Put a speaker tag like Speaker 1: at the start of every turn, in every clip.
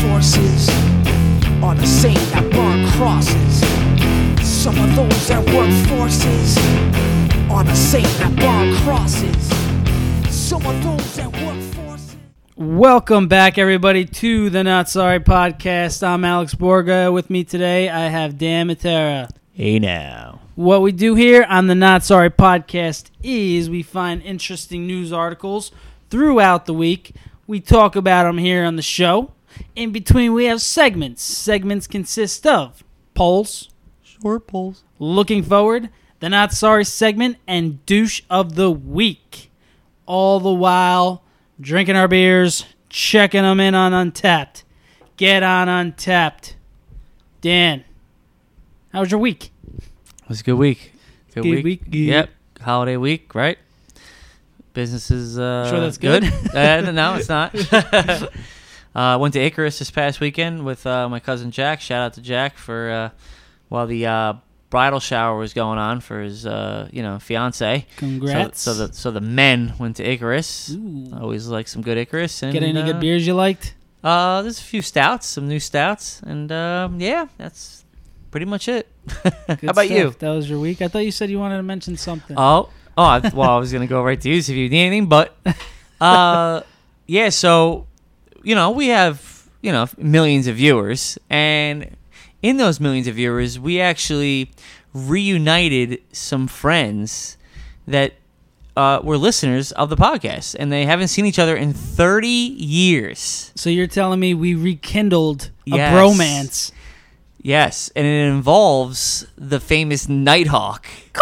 Speaker 1: bosses are the same that burn crosses. Some of those that work forces are the same that burn crosses. Some of those that work forces.
Speaker 2: Welcome back, everybody, to the Not Sorry podcast. I'm Alex Borga. With me today, I have Dan Matera.
Speaker 3: Hey now.
Speaker 2: What we do here on the Not Sorry podcast is we find interesting news articles throughout the week. We talk about them here on the show. In between, we have segments. Segments consist of polls,
Speaker 3: Short polls.
Speaker 2: looking forward, the Not Sorry segment, and douche of the week. All the while drinking our beers, checking them in on Untapped. Get on Untapped. Dan, how was your week?
Speaker 3: It was a good week. Good,
Speaker 2: Good week.
Speaker 3: Yep. Holiday week, right? Business is uh
Speaker 2: Sure that's good?
Speaker 3: uh, no, it's not. uh went to Icarus this past weekend with uh, my cousin Jack. Shout out to Jack for uh while the uh bridal shower was going on for his uh you know, fiance.
Speaker 2: Congrats.
Speaker 3: So, so the so the men went to Icarus.
Speaker 2: Ooh.
Speaker 3: Always like some good Icarus. And,
Speaker 2: Get any
Speaker 3: uh,
Speaker 2: good beers you liked?
Speaker 3: Uh, there's a few stouts, some new stouts, and um, yeah, that's pretty much it.
Speaker 2: Good
Speaker 3: How about you?
Speaker 2: stuff. That was your week. I thought you said you wanted to mention something.
Speaker 3: Oh, oh, I, well, I was gonna go right to you see if you need anything, but uh, yeah. So, you know, we have you know millions of viewers, and in those millions of viewers, we actually reunited some friends that uh, were listeners of the podcast, and they haven't seen each other in 30 years.
Speaker 2: so you're telling me we rekindled
Speaker 3: Yes.
Speaker 2: a bromance?
Speaker 3: Yes, and it involves the famous Nighthawk.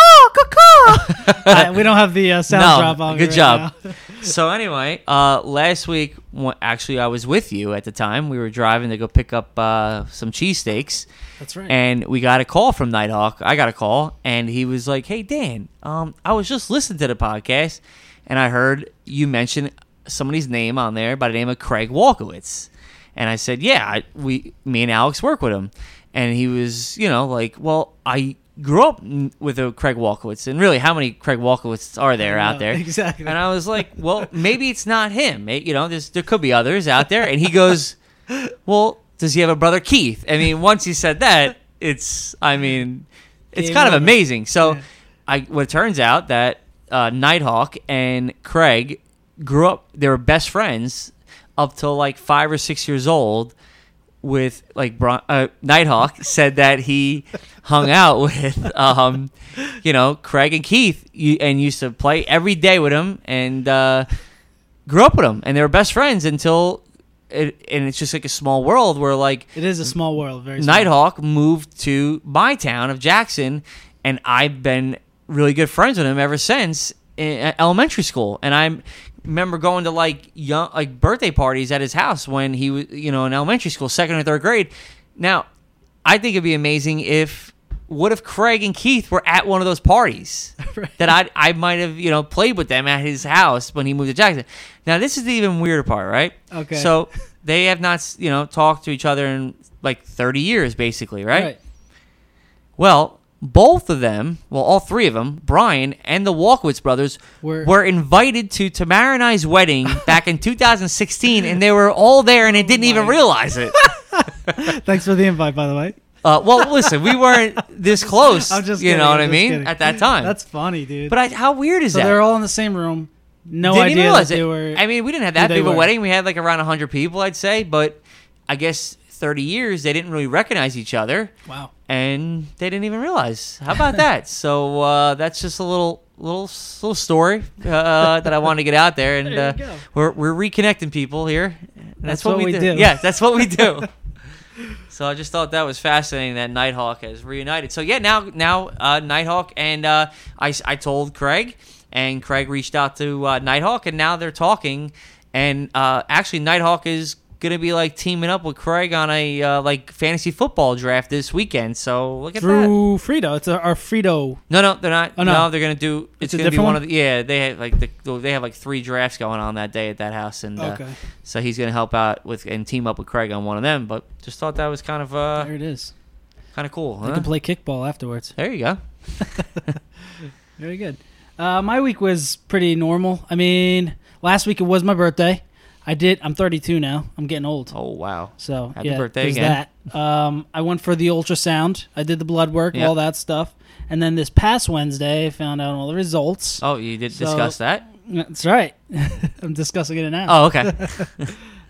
Speaker 2: I- we don't have the uh, sound
Speaker 3: no,
Speaker 2: drop on.
Speaker 3: good job. so anyway, uh, last week, wh- actually, I was with you at the time. We were driving to go pick up uh, some cheesesteaks,
Speaker 2: That's right.
Speaker 3: and we got a call from Nighthawk. I got a call, and he was like, "Hey Dan, um, I was just listening to the podcast, and I heard you mention somebody's name on there by the name of Craig Walkowitz." And I said, "Yeah, I, we, me and Alex work with him." And he was, you know, like, "Well, I grew up n- with a Craig Walkowitz, and really, how many Craig Walkowitzes are there
Speaker 2: know,
Speaker 3: out there?"
Speaker 2: exactly.
Speaker 3: And I was like, "Well, maybe it's not him. May- you know, there's, there could be others out there." And he goes well, does he have a brother Keith? I mean, once you said that, it's I mean, it's
Speaker 2: Game
Speaker 3: kind of
Speaker 2: over.
Speaker 3: amazing. So,
Speaker 2: Yeah.
Speaker 3: I well, it turns out that uh, Nighthawk and Craig grew up; they were best friends up till like five or six years old. With like Bron- uh, Nighthawk said that he hung out with um, you know Craig and Keith you, and used to play every day with him and uh, grew up with him and they were best friends until it, and it's just like a small world where like
Speaker 2: It is a small world. Very small.
Speaker 3: Nighthawk moved to my town of Jackson, and I've been really good friends with him ever since in at elementary school. And I remember going to like young like birthday parties at his house when he was you know in elementary school, second or third grade. Now, I think it'd be amazing if what if Craig and Keith were at one of those parties that I I might have you know played with them at his house when he moved to Jackson. Now this is the even weirder part, right?
Speaker 2: Okay.
Speaker 3: So they have not s- you know talked to each other in like 30 years basically right, well both of them well all three of them brian and the walkowitz brothers
Speaker 2: Were-
Speaker 3: were, invited to tamara and i's wedding back in 2016 and they were all there
Speaker 2: Oh
Speaker 3: and they didn't even realize it
Speaker 2: Thanks for the invite, by the way.
Speaker 3: uh, well listen we weren't this close
Speaker 2: I'm just
Speaker 3: you
Speaker 2: kidding,
Speaker 3: know what
Speaker 2: I'm just
Speaker 3: i mean
Speaker 2: kidding.
Speaker 3: at that time
Speaker 2: That's funny, dude.
Speaker 3: but I, how weird is
Speaker 2: so
Speaker 3: that
Speaker 2: they're all in the same room. No
Speaker 3: didn't
Speaker 2: idea
Speaker 3: even
Speaker 2: that
Speaker 3: realize
Speaker 2: they
Speaker 3: it.
Speaker 2: were.
Speaker 3: I mean, we didn't have that
Speaker 2: they
Speaker 3: big of a
Speaker 2: were.
Speaker 3: wedding. We had like around 100 people, I'd say, but I guess 30 years they didn't really recognize each other.
Speaker 2: wow.
Speaker 3: And they didn't even realize. How about that? so uh, that's just a little little little story uh, that I wanted to get out there, and
Speaker 2: There you
Speaker 3: uh,
Speaker 2: go.
Speaker 3: we're we're reconnecting people here. And
Speaker 2: That's what we do.
Speaker 3: Yeah, that's what we do. so I just thought that was fascinating that Nighthawk has reunited. So yeah, now now uh, Nighthawk and uh, I s- I told Craig, and Craig reached out to uh, Nighthawk, and now they're talking. And uh, actually, Nighthawk is gonna be like teaming up with Craig on a uh, like fantasy football draft this weekend. So look at that.
Speaker 2: Through Frito. It's our Frito.
Speaker 3: No, no, they're not.
Speaker 2: Oh, no.
Speaker 3: no. they're gonna do.
Speaker 2: It's
Speaker 3: It's,
Speaker 2: a
Speaker 3: gonna be
Speaker 2: different
Speaker 3: one,
Speaker 2: one?
Speaker 3: of the. Yeah, they have like the, they have like three drafts going on that day at that house, and uh,
Speaker 2: Okay.
Speaker 3: so he's gonna help out with and team up with Craig on one of them. But just thought that was kind of uh
Speaker 2: there it is.
Speaker 3: kind of cool.
Speaker 2: They
Speaker 3: huh?
Speaker 2: can play kickball afterwards.
Speaker 3: There you go.
Speaker 2: Very good. Uh, my week was pretty normal. I mean, last week it was my birthday. I did. I'm 32 now. I'm getting old.
Speaker 3: Oh wow.
Speaker 2: So
Speaker 3: Happy
Speaker 2: yeah,
Speaker 3: birthday
Speaker 2: there's
Speaker 3: again.
Speaker 2: that. Um, I went for the ultrasound. I did the blood work,
Speaker 3: Yeah.
Speaker 2: all that stuff, and then this past Wednesday, I found out all the results.
Speaker 3: Oh, you did
Speaker 2: So-
Speaker 3: discuss that.
Speaker 2: That's right. I'm discussing it now.
Speaker 3: Oh, okay.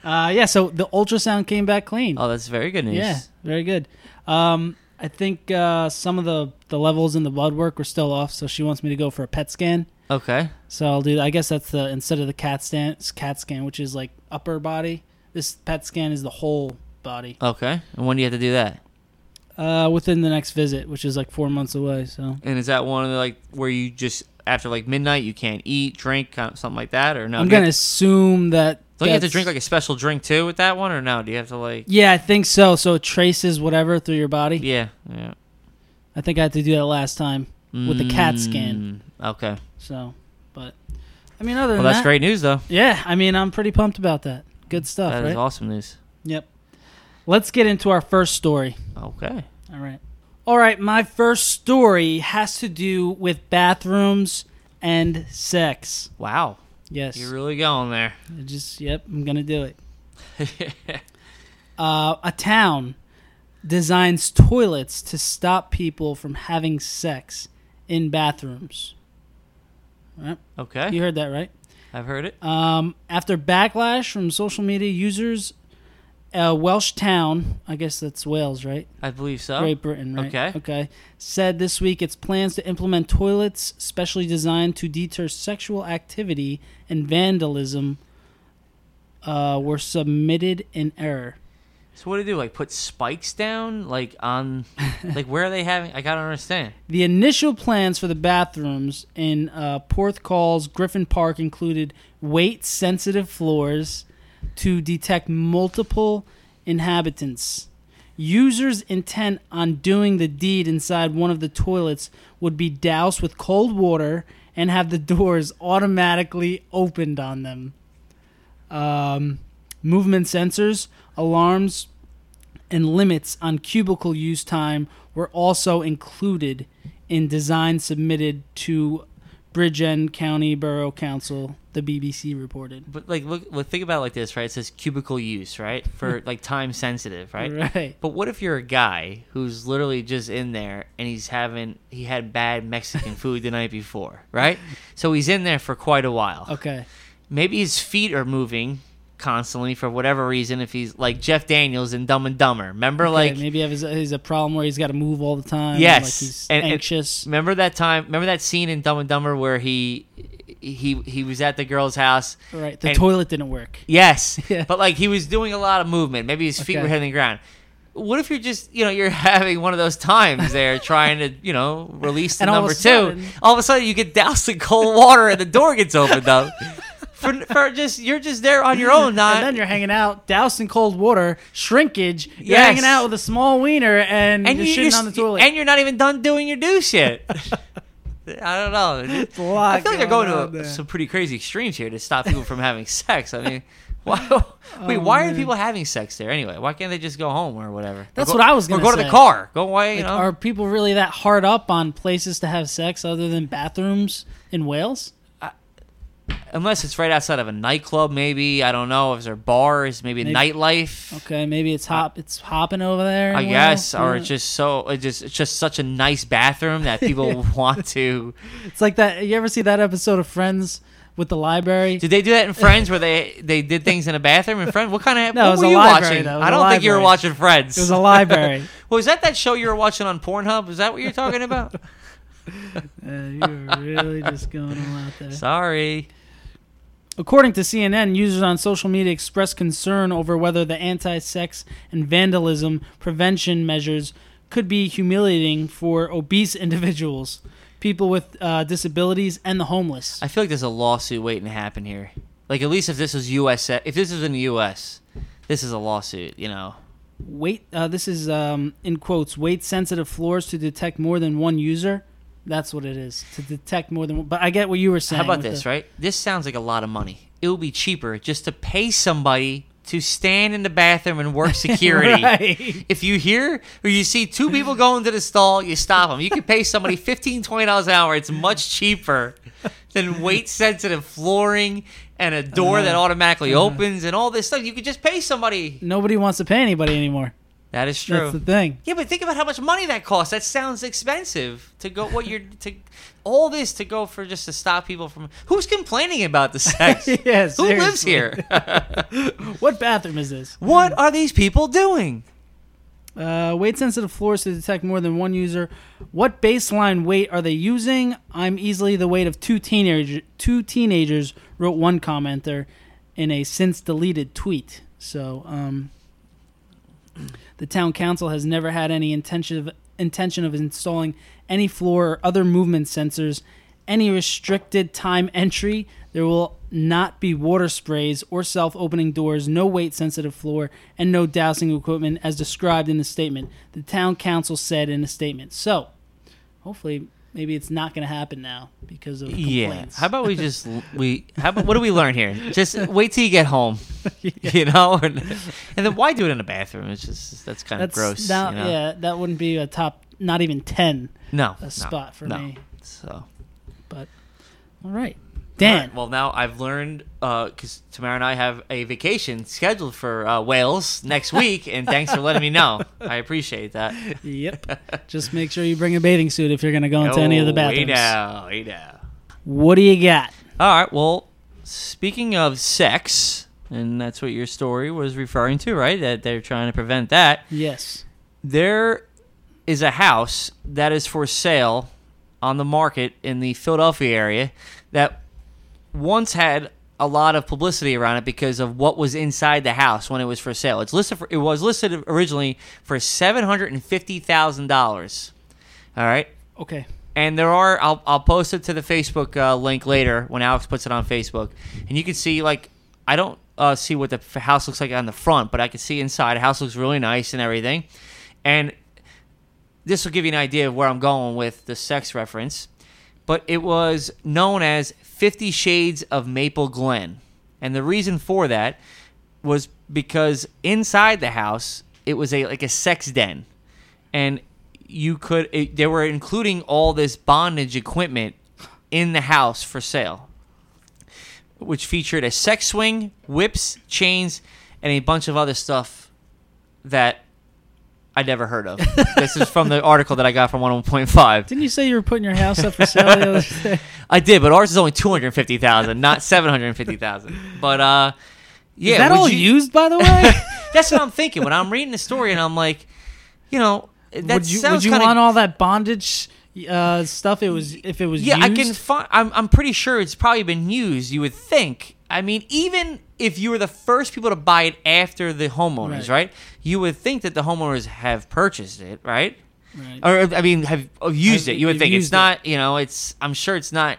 Speaker 2: Uh, yeah. So the ultrasound came back clean.
Speaker 3: oh, that's very good news.
Speaker 2: yeah, very good. Um, I think uh, some of the the levels in the blood work were still off, so she wants me to go for a PET scan.
Speaker 3: Okay.
Speaker 2: So I'll do. I guess that's the instead of the CAT scan, CAT scan, which is like upper body. This PET scan is the whole body.
Speaker 3: Okay. And when do you have to do that?
Speaker 2: Uh, within the next visit, which is like four months away. So
Speaker 3: And is that one of the, like where you just after like midnight you can't eat, drink, kind of, something like that, or no?
Speaker 2: I'm
Speaker 3: Do you
Speaker 2: gonna
Speaker 3: have-
Speaker 2: assume that.
Speaker 3: Don't you have to
Speaker 2: that's-
Speaker 3: drink like a special drink too with that one, or no? Do you have to like?
Speaker 2: Yeah, I think so. So it traces whatever through your body.
Speaker 3: Yeah. Yeah.
Speaker 2: I think I had to do that last time with the CAT scan.
Speaker 3: Mm, Okay.
Speaker 2: So, but I mean, other
Speaker 3: Well,
Speaker 2: than
Speaker 3: that's
Speaker 2: that,
Speaker 3: great news though.
Speaker 2: Yeah, I mean, I'm pretty pumped about that. Good stuff,
Speaker 3: That is
Speaker 2: right?
Speaker 3: awesome news.
Speaker 2: Yep. Let's get into our first story.
Speaker 3: Okay.
Speaker 2: All right. All right, my first story has to do with bathrooms and sex.
Speaker 3: Wow.
Speaker 2: Yes.
Speaker 3: You're really going there.
Speaker 2: I just yep, I'm gonna do it. uh, a town designs toilets to stop people from having sex in bathrooms. All right,
Speaker 3: Okay.
Speaker 2: you heard that right?
Speaker 3: I've heard it.
Speaker 2: Um, after backlash from social media users, a Welsh town, I guess that's Wales, right?
Speaker 3: I believe so.
Speaker 2: Great Britain, right?
Speaker 3: Okay.
Speaker 2: Okay. Said this week its plans to implement toilets specially designed to deter sexual activity and vandalism uh, were submitted in error.
Speaker 3: So what do they do? Like put spikes down? Like on? like where are they having? Like I don't understand.
Speaker 2: The initial plans for the bathrooms in uh, Porthcawl's Griffin Park included weight sensitive floors to detect multiple inhabitants. Users intent on doing the deed inside one of the toilets would be doused with cold water and have the doors automatically opened on them. Um, movement sensors, alarms, and limits on cubicle use time were also included in design submitted to Bridgend County Borough Council, the BBC reported.
Speaker 3: But like look, look think about it like this, right? It says cubicle use, right? For like time sensitive, right?
Speaker 2: Right.
Speaker 3: But what if you're a guy who's literally just in there and he's having he had bad Mexican food the night before, right? So he's in there for quite a while.
Speaker 2: Okay.
Speaker 3: Maybe his feet are moving constantly for whatever reason if he's like Jeff Daniels in Dumb and Dumber. Remember
Speaker 2: Like
Speaker 3: like
Speaker 2: maybe he has, he's a problem where he's got to move all the time.
Speaker 3: Yes,
Speaker 2: like he's
Speaker 3: and- and-
Speaker 2: anxious.
Speaker 3: Remember that time? Remember that scene in Dumb and Dumber where he he he was at the girl's house.
Speaker 2: right. The
Speaker 3: and-
Speaker 2: toilet didn't work.
Speaker 3: Yes,
Speaker 2: Yeah.
Speaker 3: but like he was doing a lot of movement. Maybe his feet
Speaker 2: Okay.
Speaker 3: were hitting the ground. What if you're just you know you're having one of those times there trying to you know release the
Speaker 2: And all of
Speaker 3: number
Speaker 2: a
Speaker 3: two?
Speaker 2: sudden-
Speaker 3: all of a sudden you get doused in cold water and the door gets opened up. For, for just you're just there on your own, not
Speaker 2: And then you're hanging out, doused in cold water, shrinkage. You're
Speaker 3: Yes.
Speaker 2: hanging out with a small wiener and,
Speaker 3: and
Speaker 2: you're
Speaker 3: you
Speaker 2: shitting
Speaker 3: just-
Speaker 2: on the toilet.
Speaker 3: and you're not even done doing your douche yet. I don't know.
Speaker 2: a lot
Speaker 3: I feel like they're
Speaker 2: going
Speaker 3: going
Speaker 2: on
Speaker 3: to
Speaker 2: there.
Speaker 3: a, some pretty crazy extremes here to stop people from having sex. I mean, why?
Speaker 2: Oh,
Speaker 3: wait, why are people having sex there anyway? Why can't they just go home or whatever?
Speaker 2: That's
Speaker 3: or go,
Speaker 2: what I was
Speaker 3: Or
Speaker 2: gonna
Speaker 3: go to
Speaker 2: say.
Speaker 3: the car. Go away. You
Speaker 2: Like,
Speaker 3: know?
Speaker 2: Are people really that hard up on places to have sex other than bathrooms in Wales?
Speaker 3: Unless it's right outside of a nightclub, maybe. I don't know. If there are bars, maybe,
Speaker 2: Maybe-
Speaker 3: nightlife.
Speaker 2: Okay, maybe it's hop, it's hopping over there. in
Speaker 3: I
Speaker 2: Wales,
Speaker 3: guess, or
Speaker 2: yeah.
Speaker 3: it's just so it just it's just such a nice bathroom that people want to.
Speaker 2: it's like that. You ever see that episode of Friends with the library?
Speaker 3: Did they do that in Friends where they they did things in a bathroom in Friends? What kind of
Speaker 2: No,
Speaker 3: what
Speaker 2: it was
Speaker 3: were
Speaker 2: a
Speaker 3: you
Speaker 2: library,
Speaker 3: watching?
Speaker 2: though. It was
Speaker 3: I
Speaker 2: a
Speaker 3: don't think you were
Speaker 2: library.
Speaker 3: watching Friends.
Speaker 2: it was a library.
Speaker 3: was that that show you were watching on Pornhub? Is that what you're talking about?
Speaker 2: uh, you were really just going all out there.
Speaker 3: Sorry.
Speaker 2: According to CNN, users on social media expressed concern over whether the anti sex and vandalism prevention measures could be humiliating for obese individuals, people with uh, disabilities, and the homeless.
Speaker 3: I feel like there's a lawsuit waiting to happen here. Like at least if this was U.S., if this was in the U.S., this is a lawsuit. You know.
Speaker 2: weight uh, this is um, in quotes weight sensitive floors to detect more than one user that's what it is to detect more than one but i get what you were saying
Speaker 3: How about
Speaker 2: with
Speaker 3: this?
Speaker 2: the-
Speaker 3: Right. This sounds like a lot of money. It would be cheaper just to pay somebody to stand in the bathroom and work security.
Speaker 2: Right.
Speaker 3: If you hear or you see two people going to the stall, you stop them. You can pay somebody $15, $20 an hour. It's much cheaper than weight sensitive flooring and a door that automatically opens and all this stuff. You could just pay somebody.
Speaker 2: Nobody wants to pay anybody anymore.
Speaker 3: That is true.
Speaker 2: That's the thing.
Speaker 3: Yeah, but think about how much money that costs. That sounds expensive to go. What you're to all this to go for just to stop people from who's complaining about the sex?
Speaker 2: Yeah,
Speaker 3: who lives
Speaker 2: seriously.
Speaker 3: here?
Speaker 2: What bathroom is this?
Speaker 3: what are these people doing?
Speaker 2: Uh, weight sensitive floors to detect more than one user. What baseline weight are they using? I'm easily the weight of two teenager two teenagers, wrote one commenter in a since deleted tweet. So, um, the town council has never had any intention of, intention of installing any floor or other movement sensors, any restricted time entry. There will not be water sprays or self opening doors, no weight sensitive floor, and no dousing equipment as described in the statement. The town council said in a statement. So, hopefully, maybe it's not going to happen now because of
Speaker 3: Yeah.
Speaker 2: complaints.
Speaker 3: How about we just we? How about what do we learn here? Just wait till you get home, you know. And, and then why do it in a bathroom? It's just that's kind
Speaker 2: that's
Speaker 3: of gross.
Speaker 2: That,
Speaker 3: you know?
Speaker 2: Yeah, that wouldn't be a top, not even 10
Speaker 3: No.
Speaker 2: a
Speaker 3: no,
Speaker 2: spot for
Speaker 3: no.
Speaker 2: me.
Speaker 3: So.
Speaker 2: But, all right.
Speaker 3: All
Speaker 2: Dan.
Speaker 3: right, well, now I've learned because Tamara and I have a vacation scheduled for uh, Wales next week, and thanks for letting me know. I appreciate that.
Speaker 2: Yep. Just make sure you bring a bathing suit if you're going to go into any of the
Speaker 3: Oh, Hey
Speaker 2: bathrooms.
Speaker 3: now, hey now.
Speaker 2: What do you got?
Speaker 3: All right. Well, speaking of sex, and that's what your story was referring to, right? That they're trying to prevent that.
Speaker 2: Yes.
Speaker 3: There is a house that is for sale on the market in the Philadelphia area that once had a lot of publicity around it because of what was inside the house when it was for sale. It's listed for it was listed originally for seven hundred and fifty thousand dollars. All right.
Speaker 2: Okay.
Speaker 3: And there are I'll I'll post it to the Facebook uh, link later when Alex puts it on Facebook, and you can see like I don't uh, see what the f- house looks like on the front, but I can see inside. The house looks really nice and everything, and this will give you an idea of where I'm going with the sex reference. But it was known as Fifty Shades of Maple Glen, and the reason for that was because inside the house it was a like a sex den and you could it, they were including all this bondage equipment in the house for sale which featured a sex swing whips chains and a bunch of other stuff that i never heard of this is from the article that i got from 101.5
Speaker 2: Didn't you say you were putting your house up for sale the other day?
Speaker 3: i did but ours is only 250000 not 750000 but uh yeah
Speaker 2: Is that
Speaker 3: would
Speaker 2: all
Speaker 3: you-
Speaker 2: used, by the way?
Speaker 3: that's what i'm thinking when i'm reading the story and i'm like you know that
Speaker 2: would you,
Speaker 3: sounds
Speaker 2: would you
Speaker 3: kinda-
Speaker 2: want all that bondage uh, stuff? It was if it was
Speaker 3: Yeah,
Speaker 2: used?
Speaker 3: I can find. I'm, I'm pretty sure it's probably been used. You would think. I mean, even if you were the first people to buy it after the
Speaker 2: Right.
Speaker 3: homeowners, right? You would think that the homeowners have purchased it, right?
Speaker 2: Right.
Speaker 3: Or I mean, have uh, used
Speaker 2: Have-
Speaker 3: it. You would
Speaker 2: have
Speaker 3: think
Speaker 2: used
Speaker 3: it's
Speaker 2: it.
Speaker 3: not. You know, it's. I'm sure it's not.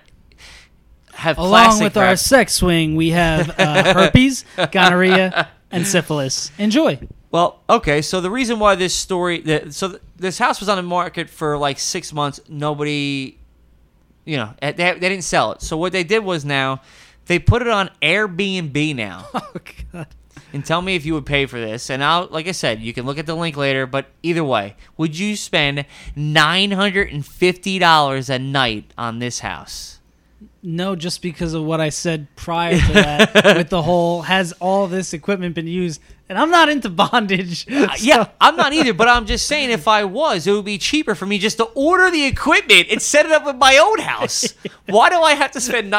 Speaker 3: Have
Speaker 2: Along
Speaker 3: plastic
Speaker 2: with our
Speaker 3: wrap.
Speaker 2: sex swing, we have uh, herpes, gonorrhea, and syphilis. Enjoy.
Speaker 3: Well, okay. So the reason why this story, the, so th- this house was on the market for like six months. Nobody, you know, eh, they, they didn't sell it. So what they did was now they put it on Airbnb now.
Speaker 2: Oh God.
Speaker 3: and tell me if you would pay for this. And I'll, like I said, you can look at the link later. But either way, would you spend nine hundred and fifty dollars a night on this house?
Speaker 2: No, just because of what I said prior to that, with the whole has all this equipment been used? And I'm not into bondage.
Speaker 3: Uh, yeah, I'm not either, but I'm just saying if I was, it would be cheaper for me just to order the equipment and set it up in my own house. Why do I have to spend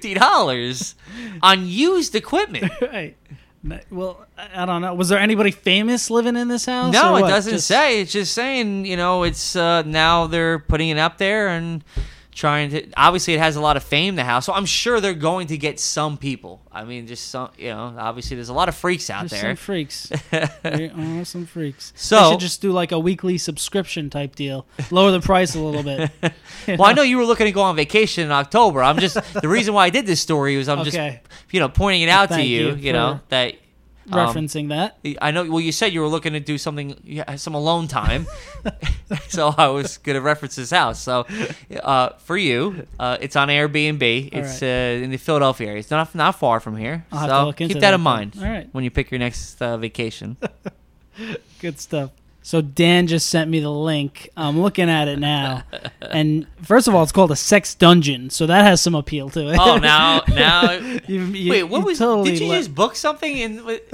Speaker 3: $950 on used equipment?
Speaker 2: Right. No, Well, I I don't know. Was there anybody famous living in this house?
Speaker 3: No,
Speaker 2: or
Speaker 3: it
Speaker 2: what?
Speaker 3: doesn't
Speaker 2: Just-
Speaker 3: say. It's just saying, you know, it's uh, now they're putting it up there and trying to. Obviously, it has a lot of fame, the house, so I'm sure they're going to get some people. I mean, just some, you know, obviously there's a lot of freaks out
Speaker 2: There's
Speaker 3: there.
Speaker 2: some freaks. there are some freaks.
Speaker 3: So-
Speaker 2: they should just do like a weekly subscription type deal. Lower the price a little bit.
Speaker 3: Um, Well, I know you were looking to go on vacation in October. I'm just the reason why I did this story was I'm
Speaker 2: Okay.
Speaker 3: just you know pointing it out to
Speaker 2: Thank
Speaker 3: you.
Speaker 2: you
Speaker 3: You, know
Speaker 2: for
Speaker 3: that um,
Speaker 2: Referencing that.
Speaker 3: I know. Well, you said you were looking to do something, you had some alone time. so I was gonna reference this house. So uh, for you, uh, it's on Airbnb.
Speaker 2: All
Speaker 3: It's
Speaker 2: right.
Speaker 3: uh, in the Philadelphia area. It's not not far from here.
Speaker 2: I'll have
Speaker 3: so
Speaker 2: to look
Speaker 3: keep
Speaker 2: into
Speaker 3: that
Speaker 2: that
Speaker 3: in
Speaker 2: then.
Speaker 3: mind
Speaker 2: All right.
Speaker 3: when you pick your next uh, vacation.
Speaker 2: Good stuff. So Dan just sent me the link. I'm looking at it now, and first of all, it's called a sex dungeon, so that has some appeal to it.
Speaker 3: Oh, now now.
Speaker 2: You- you-
Speaker 3: Wait, what
Speaker 2: you
Speaker 3: was?
Speaker 2: totally
Speaker 3: did you
Speaker 2: let-
Speaker 3: just book something? And what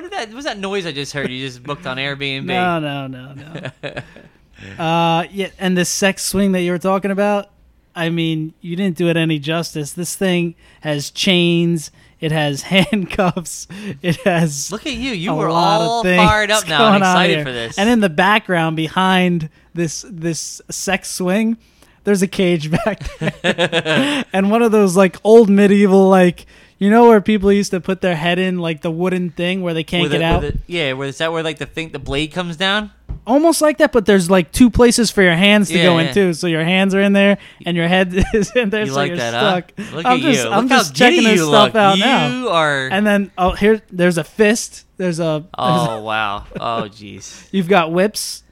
Speaker 3: did that? What was that noise I just heard? You just booked on Airbnb.
Speaker 2: No, no, no, no. uh, yeah, and the sex swing that you were talking about, I mean, you didn't do it any justice. This thing has chains, it has handcuffs, it has
Speaker 3: Look at you. You
Speaker 2: a
Speaker 3: were
Speaker 2: lot
Speaker 3: all
Speaker 2: of things
Speaker 3: fired up now
Speaker 2: going
Speaker 3: and
Speaker 2: on
Speaker 3: excited
Speaker 2: here.
Speaker 3: for this.
Speaker 2: And in the background, behind this this sex swing, there's a cage back there, and one of those like old medieval like. You know where people used to put their head in like the wooden thing where they can't
Speaker 3: With
Speaker 2: get
Speaker 3: the-
Speaker 2: out?
Speaker 3: with the- yeah, where is that where like the thing the blade comes down?
Speaker 2: almost like that, but there's like two places for your hands to
Speaker 3: Yeah,
Speaker 2: go
Speaker 3: yeah.
Speaker 2: in too. So your hands are in there and your head is in there,
Speaker 3: You
Speaker 2: so
Speaker 3: like
Speaker 2: you're
Speaker 3: that,
Speaker 2: stuck.
Speaker 3: huh? Look
Speaker 2: I'm
Speaker 3: at
Speaker 2: just,
Speaker 3: you.
Speaker 2: I'm
Speaker 3: look
Speaker 2: just
Speaker 3: how
Speaker 2: checking
Speaker 3: giddy
Speaker 2: this
Speaker 3: you
Speaker 2: stuff
Speaker 3: look.
Speaker 2: out
Speaker 3: you
Speaker 2: now.
Speaker 3: are.
Speaker 2: And then oh here, there's a fist. There's a
Speaker 3: oh wow. Oh jeez.
Speaker 2: you've got whips,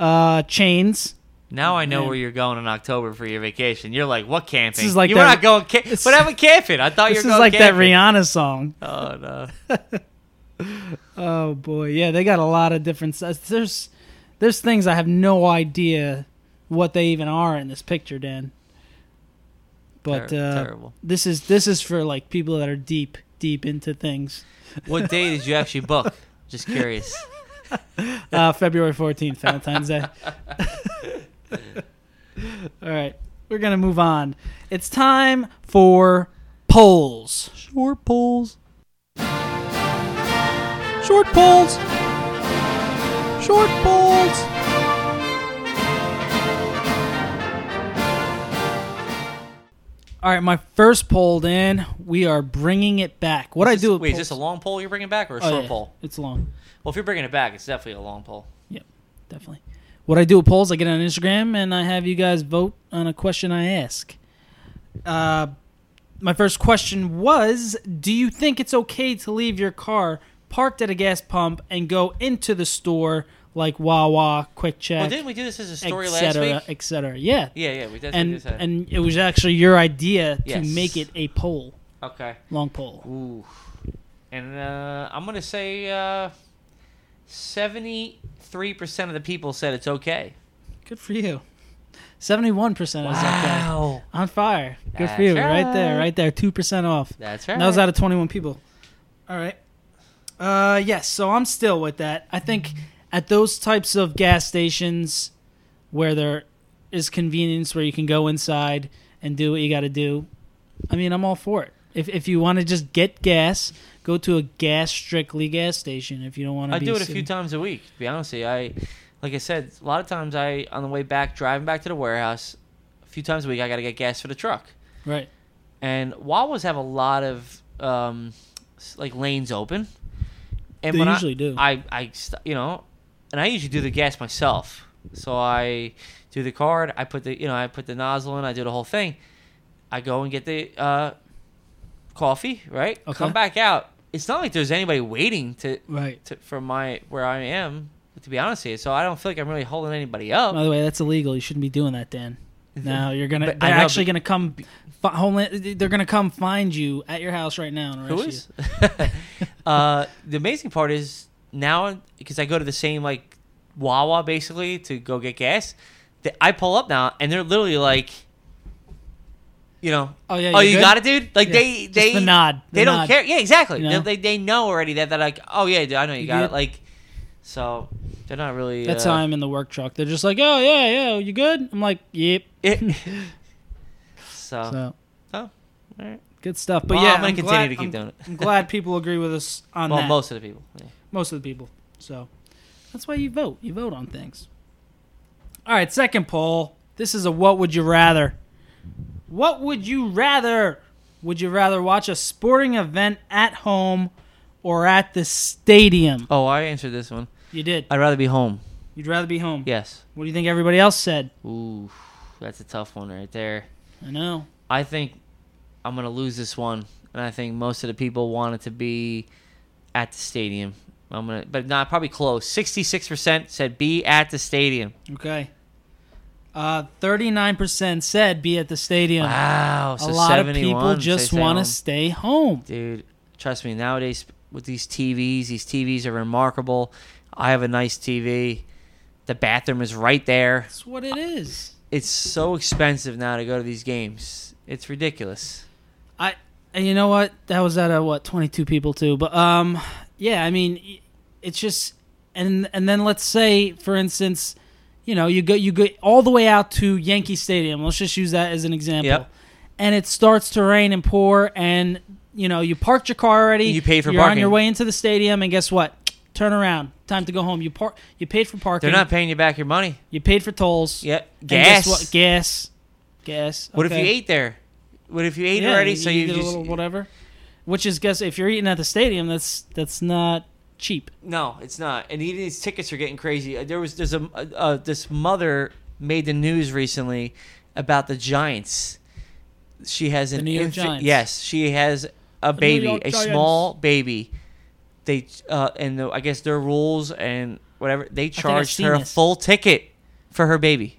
Speaker 2: uh, chains.
Speaker 3: Now I know
Speaker 2: Man.
Speaker 3: where you're going in October for your vacation. You're like, what camping?
Speaker 2: is like
Speaker 3: you were
Speaker 2: that-
Speaker 3: not going. Ca-
Speaker 2: this-
Speaker 3: what happened camping? I thought you
Speaker 2: This
Speaker 3: were
Speaker 2: is
Speaker 3: Oh, going
Speaker 2: like that
Speaker 3: camping.
Speaker 2: Rihanna song.
Speaker 3: Oh no.
Speaker 2: Oh boy, yeah, they got a lot of different. si- There's there's things I have no idea what they even are in this picture, Dan. But
Speaker 3: Ter-
Speaker 2: uh,
Speaker 3: terrible.
Speaker 2: this is this is for like people that are deep deep into things.
Speaker 3: What day did you actually book? Just curious.
Speaker 2: uh, February 14th, Valentine's Day. All right, we're going to move on. It's time for polls. Short polls. Short polls. Short polls. All right, my first poll, Dan. We are bringing it back. What I do? with
Speaker 3: Wait, is
Speaker 2: polls-
Speaker 3: this a long pole you're bringing back or a
Speaker 2: Oh,
Speaker 3: short
Speaker 2: yeah,
Speaker 3: pole?
Speaker 2: It's long.
Speaker 3: Well, if you're bringing it back, it's definitely a long pole.
Speaker 2: Yep, definitely. What I do with polls, I get on Instagram and I have you guys vote on a question I ask. Uh, my first question was Do you think it's okay to leave your car parked at a gas pump and go into the store like Wawa, Quick
Speaker 3: Well,
Speaker 2: Check,
Speaker 3: didn't we do this as a story last
Speaker 2: etc.,
Speaker 3: week?
Speaker 2: etc.? Yeah.
Speaker 3: Yeah, yeah, we did.
Speaker 2: And, and it was actually your idea to
Speaker 3: Yes.
Speaker 2: make it a poll,
Speaker 3: okay.
Speaker 2: long poll.
Speaker 3: Ooh. And uh, I'm gonna say uh, 73% of the people said it's okay.
Speaker 2: Good for you. 71% is okay. On fire. Good for you.
Speaker 3: That's
Speaker 2: Right.
Speaker 3: right.
Speaker 2: there, right there. 2% off.
Speaker 3: That's right.
Speaker 2: That was out of 21 people. All right. Uh, yes, so I'm still with that. I think at those types of gas stations where there is convenience, where you can go inside and do what you got to do, I mean, I'm all for it. If, if you want to just get gas, go to a gas strictly gas station. If you don't want to,
Speaker 3: I do it a few times a week. To be honest, with you. I like I said a lot of times I on the way back driving back to the warehouse, a few times a week I gotta get gas for the truck.
Speaker 2: Right.
Speaker 3: And Wawas have a lot of um, s- like lanes open. And
Speaker 2: They
Speaker 3: when I-
Speaker 2: usually do.
Speaker 3: I I st- you know, and I usually do the gas myself. So I do the card. I put the you know I put the nozzle in. I do the whole thing. I go and get the uh, coffee. Right.
Speaker 2: Okay.
Speaker 3: Come back out. It's not like there's anybody waiting to,
Speaker 2: Right.
Speaker 3: to for my where I am. To be honest with you, so I don't feel like I'm really holding anybody up.
Speaker 2: By the way, that's illegal. You shouldn't be doing that, Dan. No, you're gonna.
Speaker 3: But I
Speaker 2: they're
Speaker 3: know,
Speaker 2: actually
Speaker 3: but-
Speaker 2: gonna come. Fi- Homeland. They're gonna come find you at your house right now. And
Speaker 3: Who
Speaker 2: arrest
Speaker 3: is? uh, the amazing part is now because I go to the same like Wawa basically to go get gas. That I pull up now and they're literally like, you know,
Speaker 2: Oh, yeah,
Speaker 3: oh
Speaker 2: you
Speaker 3: you
Speaker 2: good?
Speaker 3: got it, dude. Like
Speaker 2: Yeah,
Speaker 3: they
Speaker 2: just
Speaker 3: they
Speaker 2: the nod, the
Speaker 3: they don't
Speaker 2: nod.
Speaker 3: care. Yeah, exactly.
Speaker 2: You know?
Speaker 3: They, they they know already that they're like, oh yeah, dude, I know you,
Speaker 2: You
Speaker 3: got
Speaker 2: good?
Speaker 3: it. Like, so they're not really.
Speaker 2: That's
Speaker 3: uh,
Speaker 2: how I'm in the work truck. They're just like, oh yeah, yeah, you good? I'm like, yep.
Speaker 3: it- so,
Speaker 2: So
Speaker 3: oh, all right.
Speaker 2: good stuff. But
Speaker 3: Well,
Speaker 2: yeah,
Speaker 3: I'm gonna continue
Speaker 2: glad-
Speaker 3: to keep
Speaker 2: I'm-
Speaker 3: doing it.
Speaker 2: I'm glad people agree with us on
Speaker 3: well,
Speaker 2: that. Most.
Speaker 3: most of the people. Yeah.
Speaker 2: most of the people. So that's why you vote. You vote on things. All right, second poll. This is a what would you rather? What would you rather? Would you rather watch a sporting event at home or at the stadium?
Speaker 3: Oh, I answered this one.
Speaker 2: You did.
Speaker 3: I'd rather be home.
Speaker 2: You'd rather be home.
Speaker 3: Yes.
Speaker 2: What do you think everybody else said?
Speaker 3: Ooh, that's a tough one right there.
Speaker 2: I know.
Speaker 3: I think I'm gonna lose this one, and I think most of the people want it to be at the stadium. I'm gonna, but not probably close. Sixty-six percent said be at the stadium.
Speaker 2: Okay. Uh, 39% said be at the stadium.
Speaker 3: Wow, so
Speaker 2: a lot of
Speaker 3: 71
Speaker 2: people
Speaker 3: say
Speaker 2: just
Speaker 3: stay
Speaker 2: want to
Speaker 3: home.
Speaker 2: stay home.
Speaker 3: Dude, trust me. Nowadays with these TVs, these TVs are remarkable. I have a nice TV. The bathroom is right there.
Speaker 2: That's what it is.
Speaker 3: It's so expensive now to go to these games. It's ridiculous.
Speaker 2: I and you know what? That was at a what twenty two people too. But um, yeah. I mean, y- it's just and and then let's say for instance, you know, you go you go all the way out to Yankee Stadium. Let's just use that as an example.
Speaker 3: Yep.
Speaker 2: And it starts to rain and pour, and you know you parked your car already.
Speaker 3: You paid for
Speaker 2: You're on
Speaker 3: parking.
Speaker 2: your way into the stadium, and guess what? Turn around. Time to go home. You par- You paid for parking.
Speaker 3: They're not paying you back your money.
Speaker 2: You paid for tolls.
Speaker 3: Yeah,
Speaker 2: And
Speaker 3: gas.
Speaker 2: guess what? Gas. Gas.
Speaker 3: What if
Speaker 2: Okay.
Speaker 3: you ate there? What if you ate
Speaker 2: Yeah,
Speaker 3: already? So you,
Speaker 2: get a
Speaker 3: just
Speaker 2: little whatever. Which is guess if you're eating at the stadium, that's that's not cheap.
Speaker 3: no, it's not. And even these tickets are getting crazy. Uh, There was there's a uh, this mother made the news recently about the Giants. She has an
Speaker 2: New York
Speaker 3: infant-
Speaker 2: Giants.
Speaker 3: Yes, she has a baby,
Speaker 2: York
Speaker 3: a
Speaker 2: Giants.
Speaker 3: small baby. They uh, and the, I guess their rules and whatever they
Speaker 2: I've
Speaker 3: charged
Speaker 2: seen
Speaker 3: her a
Speaker 2: this.
Speaker 3: full ticket for her baby,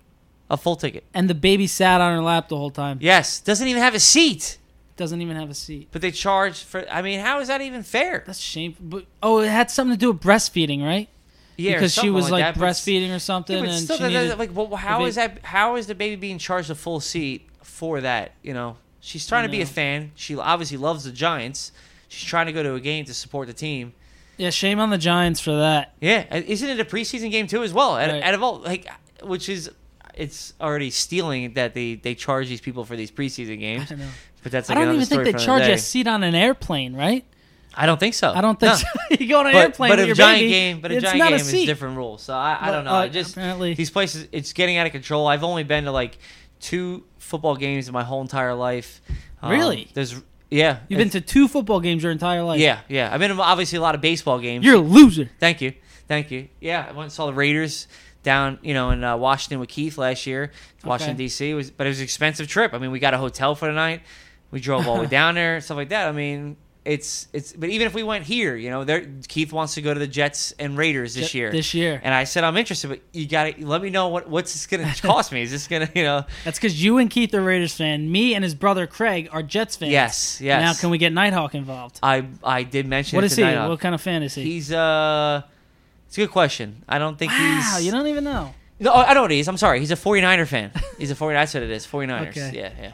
Speaker 3: a full ticket.
Speaker 2: And the baby sat on her lap the whole time.
Speaker 3: Yes, doesn't even have a seat.
Speaker 2: Doesn't even have a seat.
Speaker 3: But they charge for. I mean, how is that even fair?
Speaker 2: That's shameful. But oh, it had something to do with breastfeeding, right?
Speaker 3: Yeah, or
Speaker 2: because she
Speaker 3: something
Speaker 2: was like,
Speaker 3: that, but s-
Speaker 2: breastfeeding or
Speaker 3: yeah,
Speaker 2: something,
Speaker 3: but
Speaker 2: and
Speaker 3: still,
Speaker 2: she
Speaker 3: that- that-
Speaker 2: needed.
Speaker 3: like, well, how
Speaker 2: the
Speaker 3: is that? How is the baby being charged a full seat for that? You know, she's trying to be a
Speaker 2: know.
Speaker 3: fan. She obviously loves the Giants. She's trying to go to a game to support the team.
Speaker 2: yeah, shame on the Giants for that.
Speaker 3: Yeah, and isn't it a preseason game too as well? Out,
Speaker 2: Right.
Speaker 3: out of all, like, which is it's already stealing that they they charge these people for these preseason games.
Speaker 2: I know.
Speaker 3: But that's
Speaker 2: I
Speaker 3: like
Speaker 2: don't
Speaker 3: another
Speaker 2: even think
Speaker 3: story
Speaker 2: they
Speaker 3: for
Speaker 2: charge
Speaker 3: another
Speaker 2: you
Speaker 3: day.
Speaker 2: a seat on an airplane, right?
Speaker 3: I don't think so.
Speaker 2: I don't think
Speaker 3: No.
Speaker 2: so. you go on an
Speaker 3: but,
Speaker 2: airplane
Speaker 3: but
Speaker 2: with
Speaker 3: a
Speaker 2: your
Speaker 3: giant
Speaker 2: baby,
Speaker 3: game, but a
Speaker 2: it's
Speaker 3: giant
Speaker 2: not
Speaker 3: game
Speaker 2: a
Speaker 3: is
Speaker 2: seat.
Speaker 3: different rules. So I, I
Speaker 2: But,
Speaker 3: don't know.
Speaker 2: uh,
Speaker 3: I just
Speaker 2: apparently-
Speaker 3: these places, it's getting out of control. I've only been to like two football games in my whole entire life. Um,
Speaker 2: Really?
Speaker 3: There's yeah.
Speaker 2: You've been to two football games your entire life.
Speaker 3: yeah yeah. I've been to obviously a lot of baseball games.
Speaker 2: you're a loser.
Speaker 3: Thank you, thank you. Yeah, I went and saw the Raiders down you know in uh, Washington with Keith last year, Washington D.C. It was but it was an expensive trip. I mean, we got a hotel for the night. We drove all the way down there, stuff like that. I mean. It's it's but even if we went here, you know, there Keith wants to go to the Jets and Raiders this
Speaker 2: Th-
Speaker 3: year.
Speaker 2: This year.
Speaker 3: And I said, I'm interested, but you got to let me know what what's this going to cost me. Is this going to, you know?
Speaker 2: That's because you and Keith are Raiders fan. Me and his brother Craig are Jets fans.
Speaker 3: Yes, yes.
Speaker 2: Now can we get Nighthawk involved?
Speaker 3: I I did mention
Speaker 2: What
Speaker 3: it
Speaker 2: is he?
Speaker 3: tonight on-
Speaker 2: What kind of fan is he?
Speaker 3: He's uh, it's a good question. I don't think
Speaker 2: Wow,
Speaker 3: he's.
Speaker 2: you don't even know.
Speaker 3: No, I I know what he is. I'm sorry. He's a 49er fan. He's a 49. I said it is 49ers.
Speaker 2: Okay.
Speaker 3: Yeah, yeah.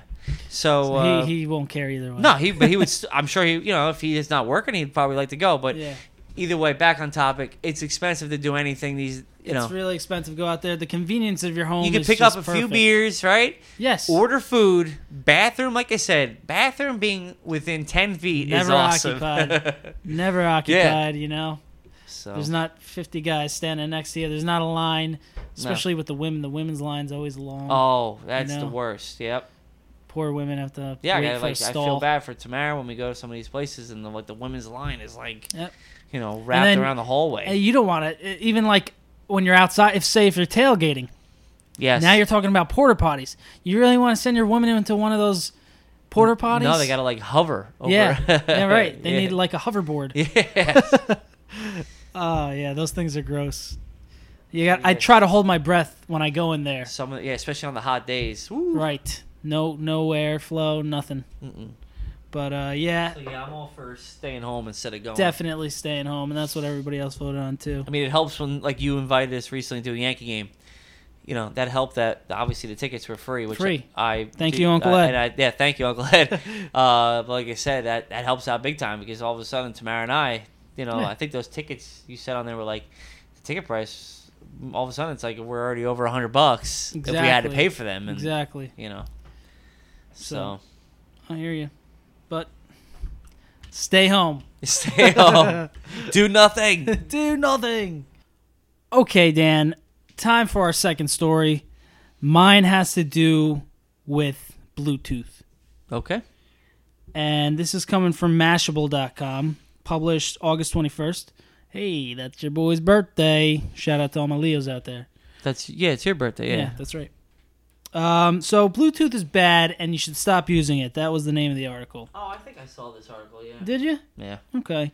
Speaker 3: So, uh,
Speaker 2: he, he won't care either way.
Speaker 3: no, he but he would. St- I'm sure he. You know, if he is not working, he'd probably like to go. But
Speaker 2: Yeah.
Speaker 3: either way, back on topic. It's expensive to do anything. These, you know,
Speaker 2: It's really expensive to go out there. The convenience of your home.
Speaker 3: you can
Speaker 2: is
Speaker 3: pick up
Speaker 2: just
Speaker 3: a few
Speaker 2: perfect.
Speaker 3: beers, right?
Speaker 2: Yes.
Speaker 3: order food bathroom like i said bathroom being within 10 feet is
Speaker 2: Never
Speaker 3: awesome
Speaker 2: occupied. Never occupied. You know,
Speaker 3: so
Speaker 2: there's not 50 guys standing next to you. There's not a line, especially with the women. The women's line's always long.
Speaker 3: oh that's
Speaker 2: know.
Speaker 3: the worst yep
Speaker 2: Poor women have to
Speaker 3: yeah I,
Speaker 2: wait
Speaker 3: gotta,
Speaker 2: for a
Speaker 3: like, I
Speaker 2: stall.
Speaker 3: feel bad for tamara when we go to some of these places and the, like the women's line is like
Speaker 2: Yep.
Speaker 3: you know wrapped
Speaker 2: then-
Speaker 3: around the hallway
Speaker 2: Hey, you don't want to even like when you're outside. If say if you're tailgating,
Speaker 3: yes
Speaker 2: now you're talking about porta potties. You really want to send your woman into one of those porta potties?
Speaker 3: no they gotta like hover over.
Speaker 2: Yeah, yeah, right. They
Speaker 3: Yeah.
Speaker 2: need like a hoverboard.
Speaker 3: yes.
Speaker 2: Oh yeah, those things are gross. You got. I try to hold my breath when I go in there.
Speaker 3: some of, yeah especially on the hot days Woo.
Speaker 2: Right. No, no airflow, nothing. But uh, yeah,
Speaker 3: So, yeah i'm all for staying home instead of going
Speaker 2: definitely staying home, and that's what everybody else voted on too.
Speaker 3: I mean, it helps when like you invited us recently to a Yankee game. You know that helped. That obviously the tickets were free. Which
Speaker 2: Free.
Speaker 3: I
Speaker 2: Thank
Speaker 3: do-
Speaker 2: you, Uncle
Speaker 3: I-
Speaker 2: Ed.
Speaker 3: and I, yeah, thank you, Uncle Ed. uh, but like I said, that that helps out big time because all of a sudden Tamara and I, you know,
Speaker 2: Yeah.
Speaker 3: I think those tickets you said on there were like the ticket price. All of a sudden, it's like we're already over a hundred bucks if we had to
Speaker 2: Exactly.
Speaker 3: pay for them, and
Speaker 2: Exactly.
Speaker 3: you know,
Speaker 2: So-
Speaker 3: so,
Speaker 2: I hear you, but stay home.
Speaker 3: stay home, do nothing.
Speaker 2: Do nothing. Okay, Dan. Time for our second story. Mine has to do with Bluetooth.
Speaker 3: Okay.
Speaker 2: And this is coming from Mashable.com, published August 21st. Hey, that's your boy's birthday. Shout out to all my Leos out there.
Speaker 3: That's yeah. It's your birthday.
Speaker 2: Yeah,
Speaker 3: Yeah.
Speaker 2: that's right. Um, so, Bluetooth is bad and you should stop using it. That was the name of the article.
Speaker 3: Oh, I think I saw this article. Yeah.
Speaker 2: Did you?
Speaker 3: Yeah.
Speaker 2: Okay.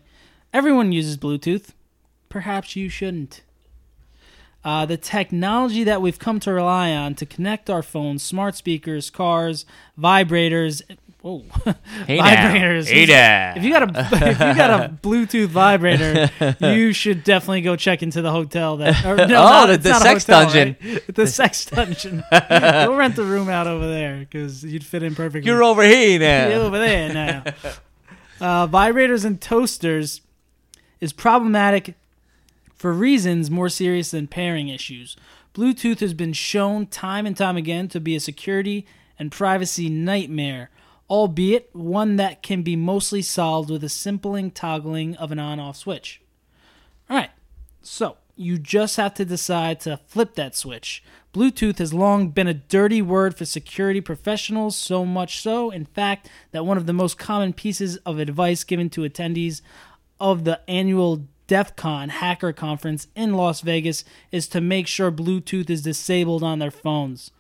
Speaker 2: Everyone uses Bluetooth. Perhaps you shouldn't. Uh, the technology that we've come to rely on to connect our phones, smart speakers, cars, vibrators, Whoa.
Speaker 3: Hey
Speaker 2: vibrators.
Speaker 3: now. Hey now.
Speaker 2: If you got a if you got a Bluetooth vibrator, you should definitely go check into the hotel that. Or, no,
Speaker 3: Oh,
Speaker 2: not-
Speaker 3: the-
Speaker 2: it's
Speaker 3: the
Speaker 2: not a
Speaker 3: sex
Speaker 2: hotel,
Speaker 3: dungeon.
Speaker 2: right? The sex dungeon. Go rent the room out over there because you'd fit in perfectly.
Speaker 3: You're over here now.
Speaker 2: Get over there now. Uh, vibrators and toasters is problematic for reasons more serious than pairing issues. Bluetooth has been shown time and time again to be a security and privacy nightmare, albeit one that can be mostly solved with a simple toggling of an on off switch. All right. So you just have to decide to flip that switch. Bluetooth has long been a dirty word for security professionals, so much so, in fact, that one of the most common pieces of advice given to attendees of the annual DEF CON hacker conference in Las Vegas is to make sure Bluetooth is disabled on their phones.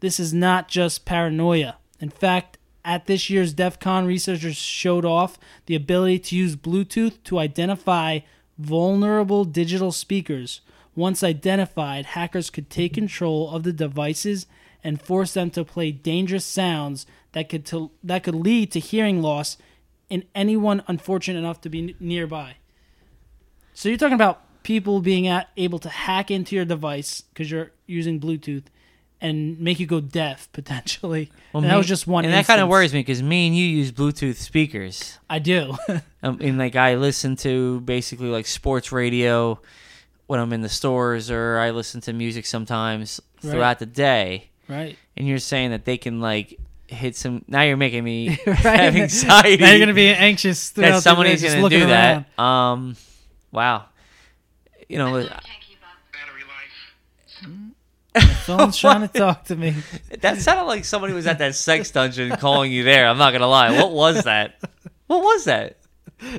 Speaker 2: This is not just paranoia. In fact, at this year's DEF CON, researchers showed off the ability to use Bluetooth to identify vulnerable digital speakers. Once identified, hackers could take control of the devices and force them to play dangerous sounds that could to, that could lead to hearing loss in anyone unfortunate enough to be n- nearby. So you're talking about people being at, able to hack into your device because you're using Bluetooth and make you go deaf potentially.
Speaker 3: Well,
Speaker 2: and that
Speaker 3: me-
Speaker 2: was just one.
Speaker 3: And that kind
Speaker 2: instance.
Speaker 3: of worries me because me and you use Bluetooth speakers.
Speaker 2: I do.
Speaker 3: Um, and like I listen to basically like sports radio when I'm in the stores, or I listen to music sometimes
Speaker 2: Right.
Speaker 3: throughout the day.
Speaker 2: right.
Speaker 3: And you're saying that they can like hit some. Now you're making me
Speaker 2: Right.
Speaker 3: have anxiety.
Speaker 2: Now you're gonna be anxious throughout
Speaker 3: that
Speaker 2: the day,
Speaker 3: somebody's
Speaker 2: just
Speaker 3: going to
Speaker 2: looking
Speaker 3: do
Speaker 2: around.
Speaker 3: that. Um, wow. You know,
Speaker 4: battery life.
Speaker 2: Someone's trying to talk to me.
Speaker 3: that sounded like somebody was at that sex dungeon calling you there. I'm not going to lie. What was that? What was that?